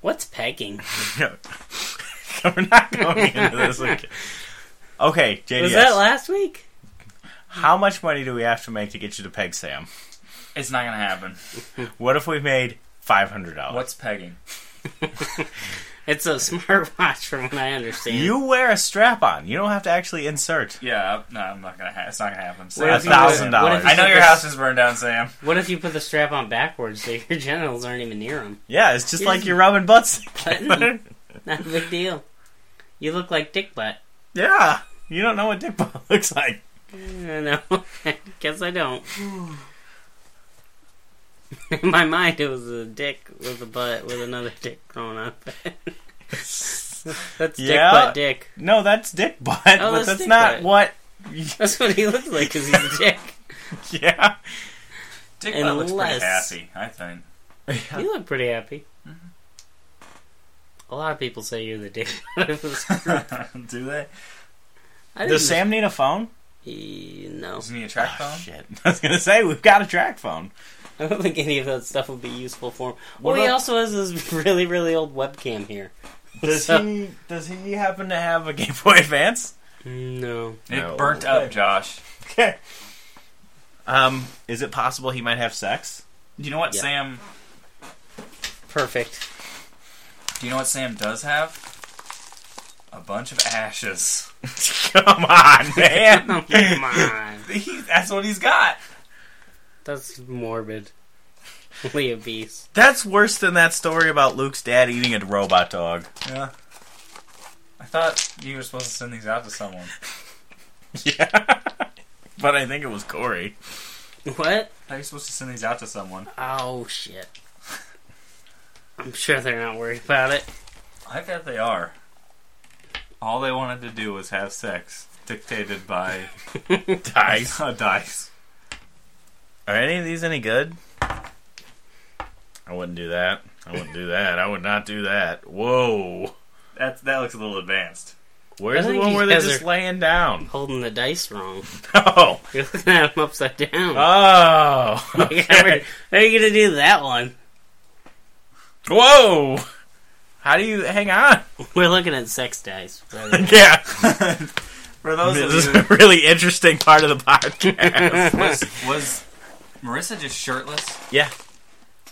[SPEAKER 4] What's
[SPEAKER 6] [laughs]
[SPEAKER 4] pegging?
[SPEAKER 2] We're not going into this. Okay, okay JDS.
[SPEAKER 4] Was that last week?
[SPEAKER 2] How much money do we have to make to get you to peg Sam?
[SPEAKER 6] It's not gonna happen.
[SPEAKER 2] What if we made five hundred dollars?
[SPEAKER 6] What's pegging?
[SPEAKER 4] It's a [laughs] smartwatch, from what I understand.
[SPEAKER 2] You wear a strap on. You don't have to actually insert.
[SPEAKER 6] Yeah, I'm- no, I'm not gonna. Ha- it's not gonna happen.
[SPEAKER 4] What
[SPEAKER 2] A
[SPEAKER 4] if you-
[SPEAKER 2] thousand
[SPEAKER 4] what if
[SPEAKER 2] dollars.
[SPEAKER 4] you
[SPEAKER 6] I know
[SPEAKER 4] put
[SPEAKER 6] your
[SPEAKER 4] the-
[SPEAKER 6] house is burned down, Sam.
[SPEAKER 4] What if you put the strap on backwards so your [laughs] genitals aren't even near them?
[SPEAKER 2] Yeah, it's just
[SPEAKER 4] It
[SPEAKER 2] like
[SPEAKER 4] is-
[SPEAKER 2] you're rubbing [laughs] butts.
[SPEAKER 4] Not a big deal. You look like dick butt.
[SPEAKER 2] yeah, you don't know what dick butt [laughs] looks like.
[SPEAKER 4] Uh, no, guess [laughs] I don't. [sighs] In my mind, it was a dick with a butt with another dick growing up. [laughs] That's
[SPEAKER 2] Yeah.
[SPEAKER 4] dick butt dick.
[SPEAKER 2] No, that's dick butt, but
[SPEAKER 4] that's
[SPEAKER 2] Oh, that's
[SPEAKER 4] dick
[SPEAKER 2] not
[SPEAKER 4] butt.
[SPEAKER 2] what. [laughs]
[SPEAKER 4] That's what he looks like because he's a dick.
[SPEAKER 2] Yeah,
[SPEAKER 6] Dick butt looks pretty
[SPEAKER 4] Unless-
[SPEAKER 6] happy. I think.
[SPEAKER 4] You look pretty happy.
[SPEAKER 2] Mm-hmm.
[SPEAKER 4] A lot of people say you're the dick. [laughs] I didn't
[SPEAKER 6] [laughs] Do they?
[SPEAKER 2] does Sam need a phone? Ah,
[SPEAKER 4] Eh, no,
[SPEAKER 6] Does he need a track phone?
[SPEAKER 2] Shit, [laughs] I was gonna say we've got a track phone.
[SPEAKER 4] I don't think any of that stuff would be useful for him.
[SPEAKER 2] What
[SPEAKER 4] well, he
[SPEAKER 2] about-
[SPEAKER 4] also has this really, really old webcam here.
[SPEAKER 2] Does he? Does he happen to have a [laughs] Game Boy Advance?
[SPEAKER 4] No,
[SPEAKER 6] It
[SPEAKER 2] No.
[SPEAKER 6] burnt up, Josh.
[SPEAKER 2] Okay. Um, is it possible he might have sex? [laughs]
[SPEAKER 6] Do you know what
[SPEAKER 4] Yeah.
[SPEAKER 6] Sam?
[SPEAKER 4] perfect.
[SPEAKER 6] Do you know what Sam does have? A bunch of ashes.
[SPEAKER 2] Come [laughs] on, man.
[SPEAKER 4] [laughs] Come on.
[SPEAKER 6] He, that's what he's got.
[SPEAKER 4] That's morbid. [laughs] Leah Beast.
[SPEAKER 2] That's worse than that story about Luke's dad eating a robot dog. [laughs]
[SPEAKER 6] Yeah. I thought you were supposed to send these out to someone.
[SPEAKER 2] Yeah. but I think it was Corey.
[SPEAKER 4] What?
[SPEAKER 6] I thought you were supposed to send these out to someone.
[SPEAKER 4] Oh shit. I'm sure they're not worried about it.
[SPEAKER 6] I bet they are. All they wanted to do was have sex, dictated by
[SPEAKER 2] Dice.
[SPEAKER 6] [laughs] a dice.
[SPEAKER 2] Are any of these any good? I wouldn't do that. I wouldn't do that. I would not do that. Whoa.
[SPEAKER 6] That that looks a little advanced.
[SPEAKER 2] Where's the
[SPEAKER 4] I think
[SPEAKER 2] one
[SPEAKER 4] you
[SPEAKER 2] where they're
[SPEAKER 4] guys
[SPEAKER 2] just
[SPEAKER 4] are-
[SPEAKER 2] laying down? [laughs]
[SPEAKER 4] Holding the dice wrong. [laughs]
[SPEAKER 2] Oh.
[SPEAKER 4] You're looking at them upside down.
[SPEAKER 2] Oh.
[SPEAKER 4] [laughs] Like, how are- how are you gonna do that one?
[SPEAKER 2] [laughs]
[SPEAKER 4] [laughs]
[SPEAKER 2] Whoa. How do you hang on? [laughs]
[SPEAKER 4] We're looking at sex dice. by the way.
[SPEAKER 2] Yeah.
[SPEAKER 6] For those of
[SPEAKER 2] This is
[SPEAKER 6] you,
[SPEAKER 2] a really interesting part of the
[SPEAKER 4] [laughs]
[SPEAKER 2] podcast.
[SPEAKER 6] was, [laughs] was Marissa just shirtless?
[SPEAKER 2] yeah.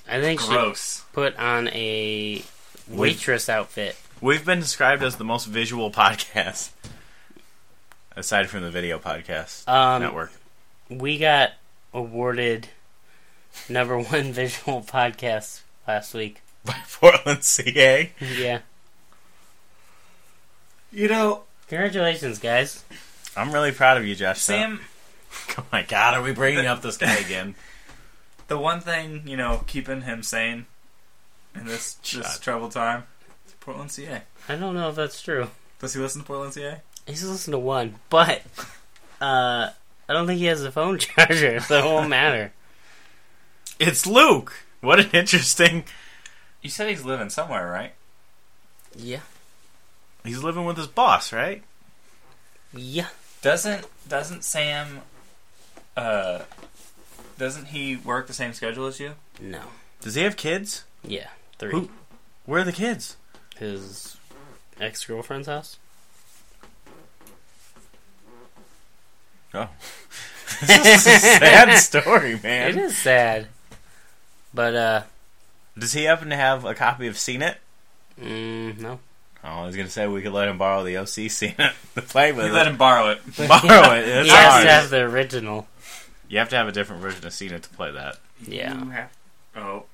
[SPEAKER 4] I think she
[SPEAKER 6] Gross.
[SPEAKER 4] put on a waitress outfit.
[SPEAKER 2] We've been described as the most visual podcast. Aside from the video podcast
[SPEAKER 4] Um,
[SPEAKER 2] network. [laughs]
[SPEAKER 4] we got awarded number one [laughs] visual podcast last week.
[SPEAKER 2] By Portland CA.
[SPEAKER 4] Yeah.
[SPEAKER 2] You know
[SPEAKER 4] Congratulations, guys.
[SPEAKER 2] I'm really proud of you, Josh.
[SPEAKER 6] Sam,
[SPEAKER 2] [laughs] Oh my god, are we bringing up this guy again?
[SPEAKER 6] the one thing you know keeping him sane in this this
[SPEAKER 2] God.
[SPEAKER 6] troubled time, is Portland CA.
[SPEAKER 4] I don't know if that's true.
[SPEAKER 6] Does he listen to Portland CA?
[SPEAKER 4] He's listened to one, but uh, I don't think he has a phone [laughs] charger, so it won't matter.
[SPEAKER 2] [laughs] it's Luke. What an interesting
[SPEAKER 6] You said he's living somewhere, right?
[SPEAKER 4] Yeah.
[SPEAKER 2] He's living with his boss, right?
[SPEAKER 4] Yeah.
[SPEAKER 6] Doesn't doesn't Sam uh doesn't he work the same schedule as you?
[SPEAKER 4] No.
[SPEAKER 2] Does he have kids?
[SPEAKER 4] Yeah. Three.
[SPEAKER 2] Who? Where are the kids? [laughs]
[SPEAKER 4] His ex girlfriend's house.
[SPEAKER 2] this is a [laughs] sad story, man.
[SPEAKER 4] It is sad. But, uh,
[SPEAKER 2] Does he happen to have a copy of Seen It?
[SPEAKER 4] mm, no.
[SPEAKER 2] Oh, I was gonna say we could let him borrow the OC scene to play with.
[SPEAKER 6] You
[SPEAKER 2] it. [laughs]
[SPEAKER 6] let him borrow it.
[SPEAKER 2] borrow it. It's
[SPEAKER 4] he has
[SPEAKER 2] ours.
[SPEAKER 4] to have the original.
[SPEAKER 2] You have to have a different version of Cena to play that.
[SPEAKER 4] Yeah.
[SPEAKER 6] You have- Oh,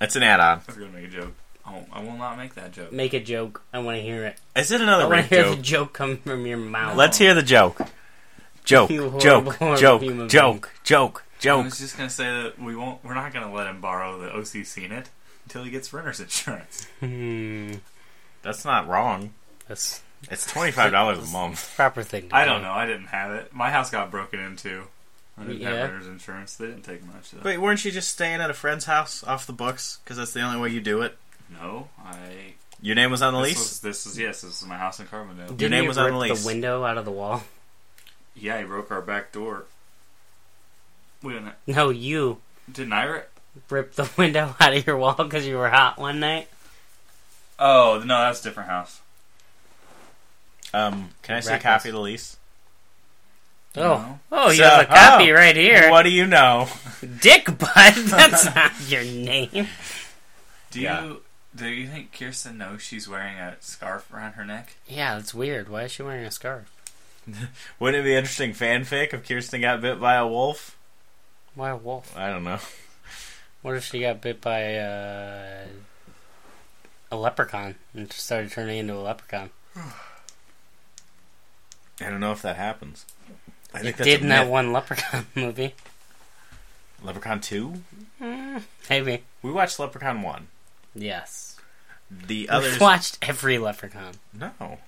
[SPEAKER 2] It's an add-on.
[SPEAKER 6] I was gonna make a joke. Oh, I will not make that joke.
[SPEAKER 4] Make a joke. I want to hear it.
[SPEAKER 2] Is it
[SPEAKER 4] I
[SPEAKER 2] another
[SPEAKER 4] want
[SPEAKER 2] rape
[SPEAKER 4] to hear
[SPEAKER 2] joke?
[SPEAKER 4] the joke come from your mouth.
[SPEAKER 2] Let's hear the joke. Joke.
[SPEAKER 4] You horrible,
[SPEAKER 2] joke.
[SPEAKER 4] horrible
[SPEAKER 2] Joke.
[SPEAKER 4] human
[SPEAKER 2] Joke. Joke.
[SPEAKER 6] I
[SPEAKER 2] Joke.
[SPEAKER 6] was just gonna say that we won't. We're not gonna let him borrow the OC seen it until he gets renter's insurance.
[SPEAKER 4] Hmm.
[SPEAKER 2] That's not wrong.
[SPEAKER 4] That's
[SPEAKER 2] It's twenty five dollars a month.
[SPEAKER 4] Proper thing. To
[SPEAKER 6] I don't
[SPEAKER 4] do.
[SPEAKER 6] know. I didn't have it. My house got broken into. I didn't
[SPEAKER 4] Yeah.
[SPEAKER 6] have renter's insurance. They didn't take much. Though.
[SPEAKER 2] Wait, weren't you just staying at a friend's house off the books? Because that's the only way you do it.
[SPEAKER 6] No, I.
[SPEAKER 2] Your name was on the
[SPEAKER 6] This
[SPEAKER 2] lease.
[SPEAKER 6] was, this is yes. This is my house in Carbondale.
[SPEAKER 4] Didn't
[SPEAKER 2] name
[SPEAKER 4] you
[SPEAKER 2] was on
[SPEAKER 4] rip
[SPEAKER 2] the lease.
[SPEAKER 4] window out of the wall. [laughs]
[SPEAKER 6] Yeah, he broke our back door. We didn't.
[SPEAKER 4] No, you
[SPEAKER 6] Didn't I? ri-
[SPEAKER 4] ripped the [laughs] window out of your wall because you were hot one night.
[SPEAKER 6] Oh no, that's a different house.
[SPEAKER 2] Um, can I see a
[SPEAKER 4] Reckless.
[SPEAKER 2] copy of the lease?
[SPEAKER 4] Oh,
[SPEAKER 6] No.
[SPEAKER 4] oh, you
[SPEAKER 2] So-
[SPEAKER 4] have a copy
[SPEAKER 2] oh.
[SPEAKER 4] right here.
[SPEAKER 2] What do you know?
[SPEAKER 4] Dick
[SPEAKER 2] [laughs]
[SPEAKER 4] butt. That's not your name.
[SPEAKER 6] Do
[SPEAKER 2] Yeah.
[SPEAKER 6] you do you think Kirsten knows she's wearing a scarf around her neck?
[SPEAKER 4] Yeah, that's weird. Why is she wearing a scarf?
[SPEAKER 2] Wouldn't it be interesting fanfic if Kirsten got bit by a wolf?
[SPEAKER 4] Why a wolf?
[SPEAKER 2] I don't know.
[SPEAKER 4] What if she got bit by uh, a leprechaun and just started turning into a leprechaun?
[SPEAKER 2] I don't know if that happens. I
[SPEAKER 4] It
[SPEAKER 2] a
[SPEAKER 4] did in that
[SPEAKER 2] myth.
[SPEAKER 4] one leprechaun [laughs] movie.
[SPEAKER 2] Leprechaun two.
[SPEAKER 4] Maybe.
[SPEAKER 2] We watched Leprechaun one.
[SPEAKER 4] Hmm. Yes.
[SPEAKER 2] The
[SPEAKER 4] We've
[SPEAKER 2] others
[SPEAKER 4] watched every leprechaun.
[SPEAKER 2] no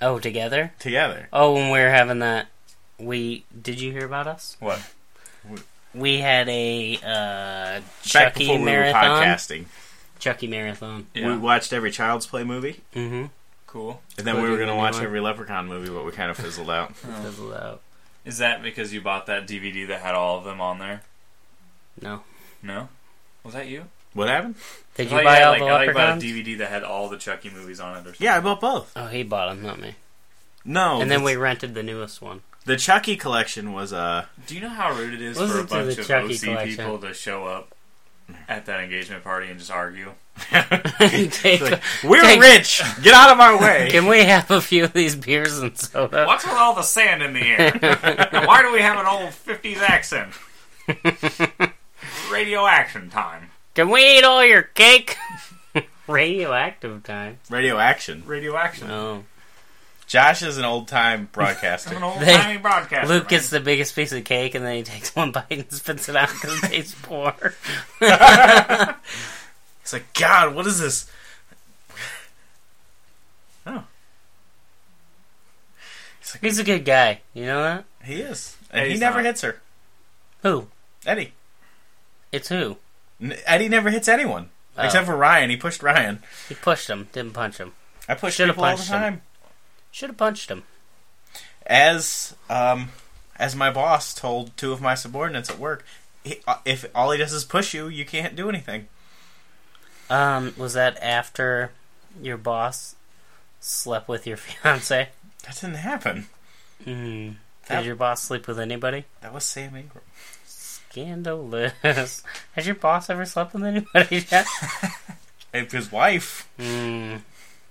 [SPEAKER 4] Oh, together?
[SPEAKER 2] together.
[SPEAKER 4] Oh, when we were having that, we did you hear about us?
[SPEAKER 6] What?
[SPEAKER 4] We had a uh,
[SPEAKER 2] Back
[SPEAKER 4] Chucky
[SPEAKER 2] before we were
[SPEAKER 4] marathon.
[SPEAKER 2] podcasting,
[SPEAKER 4] Chucky marathon.
[SPEAKER 6] Yeah.
[SPEAKER 2] we watched every Child's Play movie,
[SPEAKER 4] Mm-hmm.
[SPEAKER 6] cool.
[SPEAKER 2] and then
[SPEAKER 4] We'll
[SPEAKER 2] we were
[SPEAKER 4] do
[SPEAKER 2] going to
[SPEAKER 4] the new
[SPEAKER 2] watch
[SPEAKER 4] one.
[SPEAKER 2] every Leprechaun movie, but we kind of fizzled out.
[SPEAKER 4] Fizzled out.
[SPEAKER 6] Is that because you bought that DVD that had all of them on there?
[SPEAKER 4] No.
[SPEAKER 6] No. Was that you?
[SPEAKER 2] what happened?
[SPEAKER 4] Did
[SPEAKER 6] I
[SPEAKER 4] you
[SPEAKER 6] thought
[SPEAKER 4] buy
[SPEAKER 6] had,
[SPEAKER 4] all
[SPEAKER 6] Oh, like,
[SPEAKER 4] the
[SPEAKER 6] I thought you bought
[SPEAKER 4] leprechauns?
[SPEAKER 6] a DVD that had all the Chucky movies on it, or something.
[SPEAKER 2] Yeah, I bought both.
[SPEAKER 4] oh, he bought them, not me.
[SPEAKER 2] No,
[SPEAKER 4] and then
[SPEAKER 2] the-
[SPEAKER 4] we rented the newest one. [laughs]
[SPEAKER 2] the Chucky collection was uh
[SPEAKER 6] Do you know how rude it is
[SPEAKER 4] Listen
[SPEAKER 6] for a
[SPEAKER 4] to
[SPEAKER 6] bunch
[SPEAKER 4] the
[SPEAKER 6] of
[SPEAKER 4] Chucky
[SPEAKER 6] OC
[SPEAKER 4] collection.
[SPEAKER 6] people to show up at that engagement party and just argue? [laughs]
[SPEAKER 4] Take-
[SPEAKER 2] [laughs] we're
[SPEAKER 4] take-
[SPEAKER 2] rich. Get out of our way.
[SPEAKER 4] [laughs] Can we have a few of these beers and soda?
[SPEAKER 6] What's with all the sand in the
[SPEAKER 4] [laughs]
[SPEAKER 6] air? And Why do we have an old '50s accent? Radio action time.
[SPEAKER 4] [laughs] Can we eat all your cake? [laughs] Radioactive time.
[SPEAKER 2] Radio action.
[SPEAKER 6] Radio action.
[SPEAKER 4] Oh.
[SPEAKER 2] Josh is an old time
[SPEAKER 6] I'm
[SPEAKER 2] broadcaster.
[SPEAKER 6] an old
[SPEAKER 4] They-
[SPEAKER 6] timey broadcaster.
[SPEAKER 4] Luke
[SPEAKER 6] man.
[SPEAKER 4] gets the biggest piece of cake and then he takes one bite and spits it out because it tastes poor.
[SPEAKER 2] [laughs]
[SPEAKER 4] [laughs]
[SPEAKER 2] It's like God, what is this? oh,
[SPEAKER 4] He's a good guy. You know that?
[SPEAKER 2] he is,
[SPEAKER 6] Yeah,
[SPEAKER 2] and he
[SPEAKER 6] he's
[SPEAKER 2] never
[SPEAKER 6] not.
[SPEAKER 2] hits her.
[SPEAKER 4] Who?
[SPEAKER 2] Eddie,
[SPEAKER 4] It's who?
[SPEAKER 2] N- Eddie never hits anyone
[SPEAKER 4] Oh.
[SPEAKER 2] except for Ryan. He pushed Ryan.
[SPEAKER 4] He pushed him, didn't punch him.
[SPEAKER 2] I push
[SPEAKER 4] Should've
[SPEAKER 2] people all the
[SPEAKER 4] punched him.
[SPEAKER 2] time.
[SPEAKER 4] Should have punched him.
[SPEAKER 2] As um, as my boss told two of my subordinates at work, he, uh, if all he does is push you, you can't do anything.
[SPEAKER 4] Um, was that after your boss slept with your [laughs] fiance?
[SPEAKER 2] That didn't happen.
[SPEAKER 4] Hmm.
[SPEAKER 2] Mm-hmm. That-
[SPEAKER 4] Did your boss sleep with anybody?
[SPEAKER 2] That was Sam Ingram.
[SPEAKER 4] Scandalous. [laughs] Has your boss ever slept with anybody [laughs] yet?
[SPEAKER 2] If his wife,
[SPEAKER 4] Hmm.
[SPEAKER 2] Mm.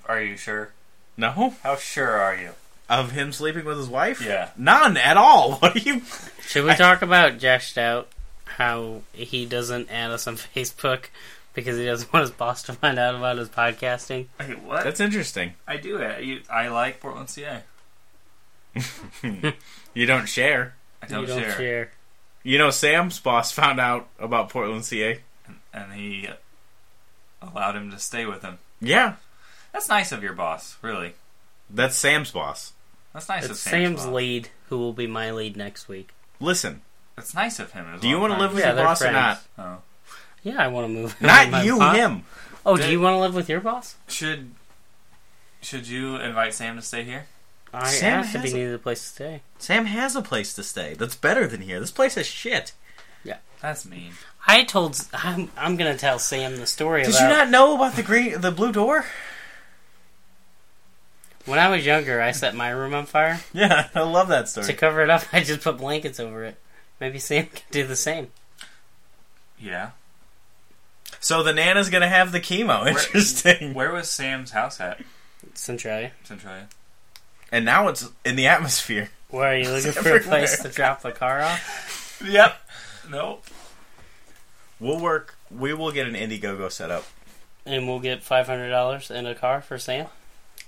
[SPEAKER 6] Are you sure?
[SPEAKER 2] no,
[SPEAKER 6] How sure are you?
[SPEAKER 2] of him sleeping with his wife,
[SPEAKER 6] Yeah.
[SPEAKER 2] none at all. [laughs] What do you?
[SPEAKER 4] Should we talk about Josh Stout? How he doesn't add us on [laughs] Facebook because he doesn't want his boss to find out about his podcasting.
[SPEAKER 6] Hey, what?
[SPEAKER 2] That's interesting.
[SPEAKER 6] I do it. You, I like Portland, CA.
[SPEAKER 2] You don't share.
[SPEAKER 6] I don't,
[SPEAKER 4] you don't
[SPEAKER 6] share.
[SPEAKER 4] share.
[SPEAKER 2] You know, Sam's boss found out about Portland, CA.
[SPEAKER 6] And he allowed him to stay with him.
[SPEAKER 2] Yeah,
[SPEAKER 6] That's nice of your boss, really.
[SPEAKER 2] that's Sam's boss.
[SPEAKER 6] That's nice of
[SPEAKER 4] It's
[SPEAKER 6] Sam's,
[SPEAKER 4] Sam's
[SPEAKER 6] boss.
[SPEAKER 4] lead, who will be my lead next week.
[SPEAKER 2] Listen,
[SPEAKER 6] That's nice of him. As
[SPEAKER 2] do you
[SPEAKER 6] well.
[SPEAKER 2] want to live with
[SPEAKER 4] Yeah,
[SPEAKER 2] your
[SPEAKER 4] they're
[SPEAKER 2] boss or
[SPEAKER 4] friends.
[SPEAKER 2] not?
[SPEAKER 6] Oh.
[SPEAKER 4] Yeah, I want to move. in with [laughs] my
[SPEAKER 2] Not you,
[SPEAKER 4] boss.
[SPEAKER 2] him.
[SPEAKER 4] Oh,
[SPEAKER 6] Did-
[SPEAKER 4] do you want to live with your boss?
[SPEAKER 6] Should should you invite Sam to stay here?
[SPEAKER 4] I
[SPEAKER 2] Sam
[SPEAKER 4] asked if he
[SPEAKER 2] has a-
[SPEAKER 4] needed a place to stay.
[SPEAKER 2] Sam has a place to stay. That's better than here. This place is shit.
[SPEAKER 6] That's mean.
[SPEAKER 4] I told. s- I'm. I'm gonna tell Sam the story
[SPEAKER 2] Did
[SPEAKER 4] about
[SPEAKER 2] you not know about the green, the blue door? [laughs]
[SPEAKER 4] when I was younger. I set my room on fire
[SPEAKER 2] Yeah, I love that
[SPEAKER 4] to
[SPEAKER 2] story.
[SPEAKER 4] cover it up. [laughs] I just put blankets over it. Maybe Sam can do the same.
[SPEAKER 6] [laughs] Yeah.
[SPEAKER 2] So the nana's gonna have the chemo. Interesting.
[SPEAKER 6] Where was Sam's house at?
[SPEAKER 4] Centralia,
[SPEAKER 6] Centralia.
[SPEAKER 2] And now it's in the atmosphere.
[SPEAKER 4] where are you looking for a place to drop the car off?
[SPEAKER 6] Yep. Nope.
[SPEAKER 2] We'll work. We will get an Indiegogo set up.
[SPEAKER 4] And we'll get five hundred dollars in a car for Sam.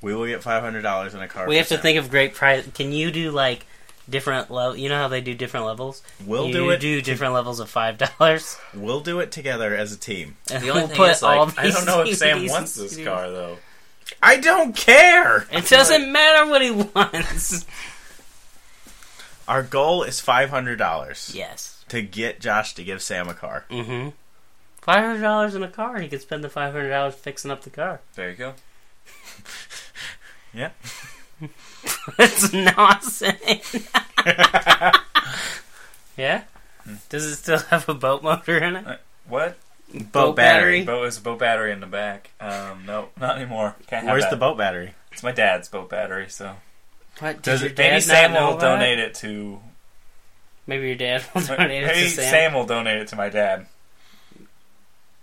[SPEAKER 2] We will get five hundred dollars in a car.
[SPEAKER 4] We
[SPEAKER 2] for
[SPEAKER 4] have to
[SPEAKER 2] Sam.
[SPEAKER 4] think of great price. Can you do like different level? You know how they do different levels.
[SPEAKER 2] We'll
[SPEAKER 4] you
[SPEAKER 2] do it.
[SPEAKER 4] Do different levels of five [laughs] dollars.
[SPEAKER 2] We'll do it together as a team.
[SPEAKER 4] And
[SPEAKER 6] The only
[SPEAKER 4] we'll
[SPEAKER 6] thing
[SPEAKER 4] put
[SPEAKER 6] is, like,
[SPEAKER 4] all
[SPEAKER 6] I don't
[SPEAKER 4] these [laughs]
[SPEAKER 6] know if Sam
[SPEAKER 4] DVDs
[SPEAKER 6] wants this car though.
[SPEAKER 2] I don't care.
[SPEAKER 4] It doesn't matter what he [laughs] wants.
[SPEAKER 2] Our goal is five hundred dollars
[SPEAKER 4] yes.
[SPEAKER 2] to get Josh to give Sam a car.
[SPEAKER 4] Mm-hmm. Five hundred dollars in a car, and he could spend the five hundred dollars fixing up the car. [laughs]
[SPEAKER 6] There you go.
[SPEAKER 2] Yeah.
[SPEAKER 4] That's not saying. [laughs] yeah. Does it still have a boat motor in it?
[SPEAKER 6] What?
[SPEAKER 2] Boat,
[SPEAKER 4] battery.
[SPEAKER 6] Boat is a boat battery in the back. Um, no, not anymore. Can't have
[SPEAKER 2] Where's
[SPEAKER 6] that.
[SPEAKER 2] the boat battery?
[SPEAKER 6] It's my dad's boat battery. So
[SPEAKER 4] What, did
[SPEAKER 2] Does
[SPEAKER 4] your
[SPEAKER 2] it-
[SPEAKER 4] dad
[SPEAKER 6] maybe
[SPEAKER 4] not
[SPEAKER 6] Sam
[SPEAKER 4] know
[SPEAKER 6] will
[SPEAKER 4] about it?
[SPEAKER 6] donate it to.
[SPEAKER 4] Maybe your dad will [laughs] donate it
[SPEAKER 6] maybe
[SPEAKER 4] to Sam.
[SPEAKER 6] will donate it to my dad.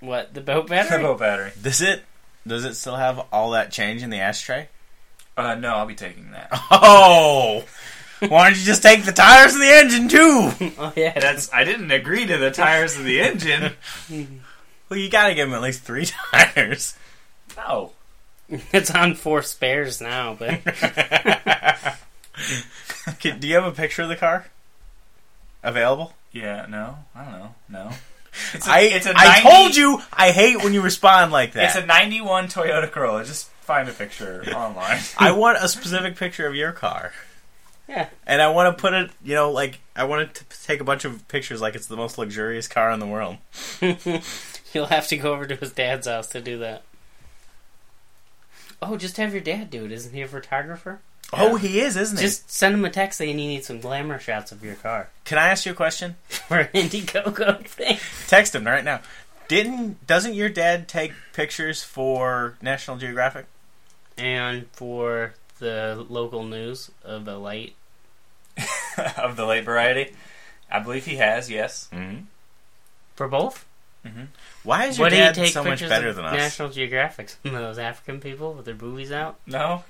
[SPEAKER 4] What the boat
[SPEAKER 6] The
[SPEAKER 4] [laughs] battery?
[SPEAKER 6] boat battery.
[SPEAKER 2] Does it? Does it still have all that change in the ashtray?
[SPEAKER 6] Uh, no, I'll be taking that.
[SPEAKER 2] Oh. Why don't you just take the tires and the engine too?
[SPEAKER 4] [laughs] Oh yeah,
[SPEAKER 6] [laughs] That's. I didn't agree to the tires of the engine.
[SPEAKER 2] Well, you gotta give him at least three [laughs] tires.
[SPEAKER 6] [laughs] No.
[SPEAKER 4] it's on four spares now. But [laughs]
[SPEAKER 2] Can, do you have a picture of the car available?
[SPEAKER 6] Yeah. No. I don't know. No. [laughs] It's a-
[SPEAKER 2] I
[SPEAKER 6] it's a
[SPEAKER 2] I
[SPEAKER 6] 90
[SPEAKER 2] told you I hate when you respond like that.
[SPEAKER 6] It's a '91 Toyota Corolla. Just find a [laughs] picture online.
[SPEAKER 2] I want a specific picture of your car.
[SPEAKER 4] Yeah.
[SPEAKER 2] And I want to put it, you know, like I want to take a bunch of pictures like it's the most luxurious car in the world.
[SPEAKER 4] You'll have to go over to his dad's house to do that. Oh, just have your dad do it. Isn't he a photographer?
[SPEAKER 2] Oh, he is, isn't he?
[SPEAKER 4] Just send him a text saying you need some glamour shots of your car
[SPEAKER 2] Can I ask you a question?
[SPEAKER 4] for [laughs] an Indiegogo thing.
[SPEAKER 2] Text him right now. Didn't doesn't your dad take pictures for National Geographic?
[SPEAKER 4] And for the local news of the light.
[SPEAKER 6] of the late variety. I believe he has. Yes.
[SPEAKER 2] Mm-hmm.
[SPEAKER 4] For both?
[SPEAKER 6] Mm-hmm.
[SPEAKER 2] Why is your
[SPEAKER 4] What do you
[SPEAKER 2] dad
[SPEAKER 4] take
[SPEAKER 2] so much
[SPEAKER 4] pictures
[SPEAKER 2] better
[SPEAKER 4] of
[SPEAKER 2] than us? [laughs]
[SPEAKER 4] National Geographic? Some of those African people with their boobies out?
[SPEAKER 6] No.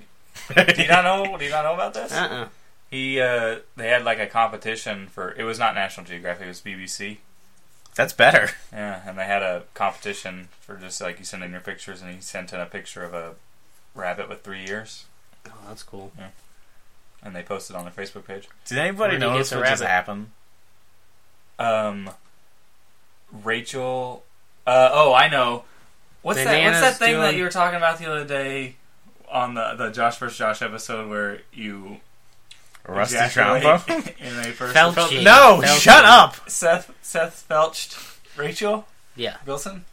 [SPEAKER 6] Do you not know? Do you not know
[SPEAKER 4] [laughs]
[SPEAKER 6] about this?
[SPEAKER 4] Uh-uh.
[SPEAKER 6] He. Uh, they had like a competition for. It was not National Geographic. It was BBC.
[SPEAKER 2] That's better.
[SPEAKER 6] Yeah, and they had a competition for just like you send in your pictures, and he sent in a picture of a rabbit with three ears,
[SPEAKER 4] Oh, that's cool.
[SPEAKER 6] and they posted on their Facebook page.
[SPEAKER 2] Did anybody
[SPEAKER 4] Where'd you
[SPEAKER 2] notice
[SPEAKER 4] get the
[SPEAKER 2] what just
[SPEAKER 4] rabbit?
[SPEAKER 2] happened?
[SPEAKER 6] Um, Rachel. Uh, oh, I know. What's that?
[SPEAKER 4] Bananas
[SPEAKER 6] What's that thing that
[SPEAKER 4] doing-
[SPEAKER 6] you were talking about the other day on the the Josh vs Josh episode where you
[SPEAKER 2] A rusty
[SPEAKER 4] [laughs]
[SPEAKER 6] ejaculate
[SPEAKER 2] trombone?
[SPEAKER 6] [laughs] in a person?
[SPEAKER 4] Felching.
[SPEAKER 2] no,
[SPEAKER 4] Felching.
[SPEAKER 2] shut up.
[SPEAKER 6] Seth Seth felched Rachel
[SPEAKER 4] Yeah.
[SPEAKER 6] Wilson.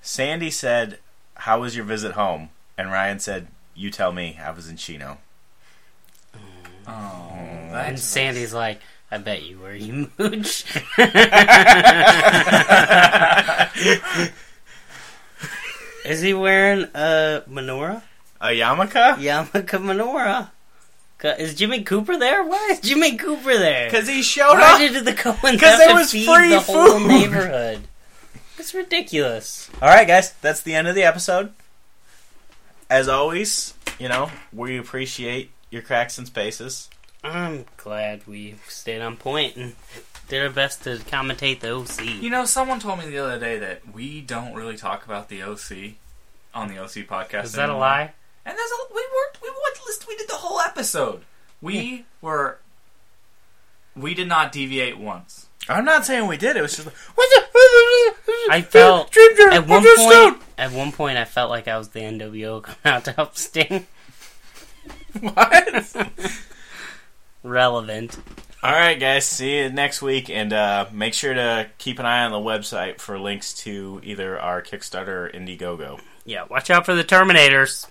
[SPEAKER 2] Sandy said, "How was your visit home?" And Ryan said, "You tell me. I was in [laughs] Chino."
[SPEAKER 6] Oh,
[SPEAKER 4] And
[SPEAKER 6] that's
[SPEAKER 4] Sandy's like, I bet you were, you
[SPEAKER 2] [laughs]
[SPEAKER 4] mooch. Is he wearing a menorah?
[SPEAKER 2] A yarmulke?
[SPEAKER 4] Yamaka menorah. Ca- Is Jimmy Cooper there? Why is Jimmy Cooper there?
[SPEAKER 2] Because he showed
[SPEAKER 4] Why
[SPEAKER 2] up.
[SPEAKER 4] did the Coens
[SPEAKER 2] Oh, 'Cause
[SPEAKER 4] have
[SPEAKER 2] it
[SPEAKER 4] to
[SPEAKER 2] was
[SPEAKER 4] feed
[SPEAKER 2] free
[SPEAKER 4] the whole
[SPEAKER 2] food.
[SPEAKER 4] neighborhood? It's ridiculous.
[SPEAKER 2] All right, guys, that's the end of the episode. As always, you know we appreciate your cracks and spaces.
[SPEAKER 4] I'm glad we stayed on point and did our best to commentate the OC.
[SPEAKER 6] You know, someone told me the other day that we don't really talk about the OC on the OC podcast.
[SPEAKER 4] Is that a
[SPEAKER 6] anymore.
[SPEAKER 4] lie?
[SPEAKER 6] And there's a, we weren't we watched list we did the whole episode. We were we did not deviate once.
[SPEAKER 2] I'm not saying we did. It was just [laughs] like, what's up?
[SPEAKER 4] I felt-
[SPEAKER 2] Dream Dream,
[SPEAKER 4] At one
[SPEAKER 2] Dream Stone.
[SPEAKER 4] point, at one point, I felt like I was the [laughs] NWO coming out to help Sting.
[SPEAKER 2] [laughs] What?
[SPEAKER 4] Relevant.
[SPEAKER 2] All right, guys. See you next week, and uh, make sure to keep an eye on the website for links to either our Kickstarter or Indiegogo.
[SPEAKER 4] Yeah, watch out for the Terminators.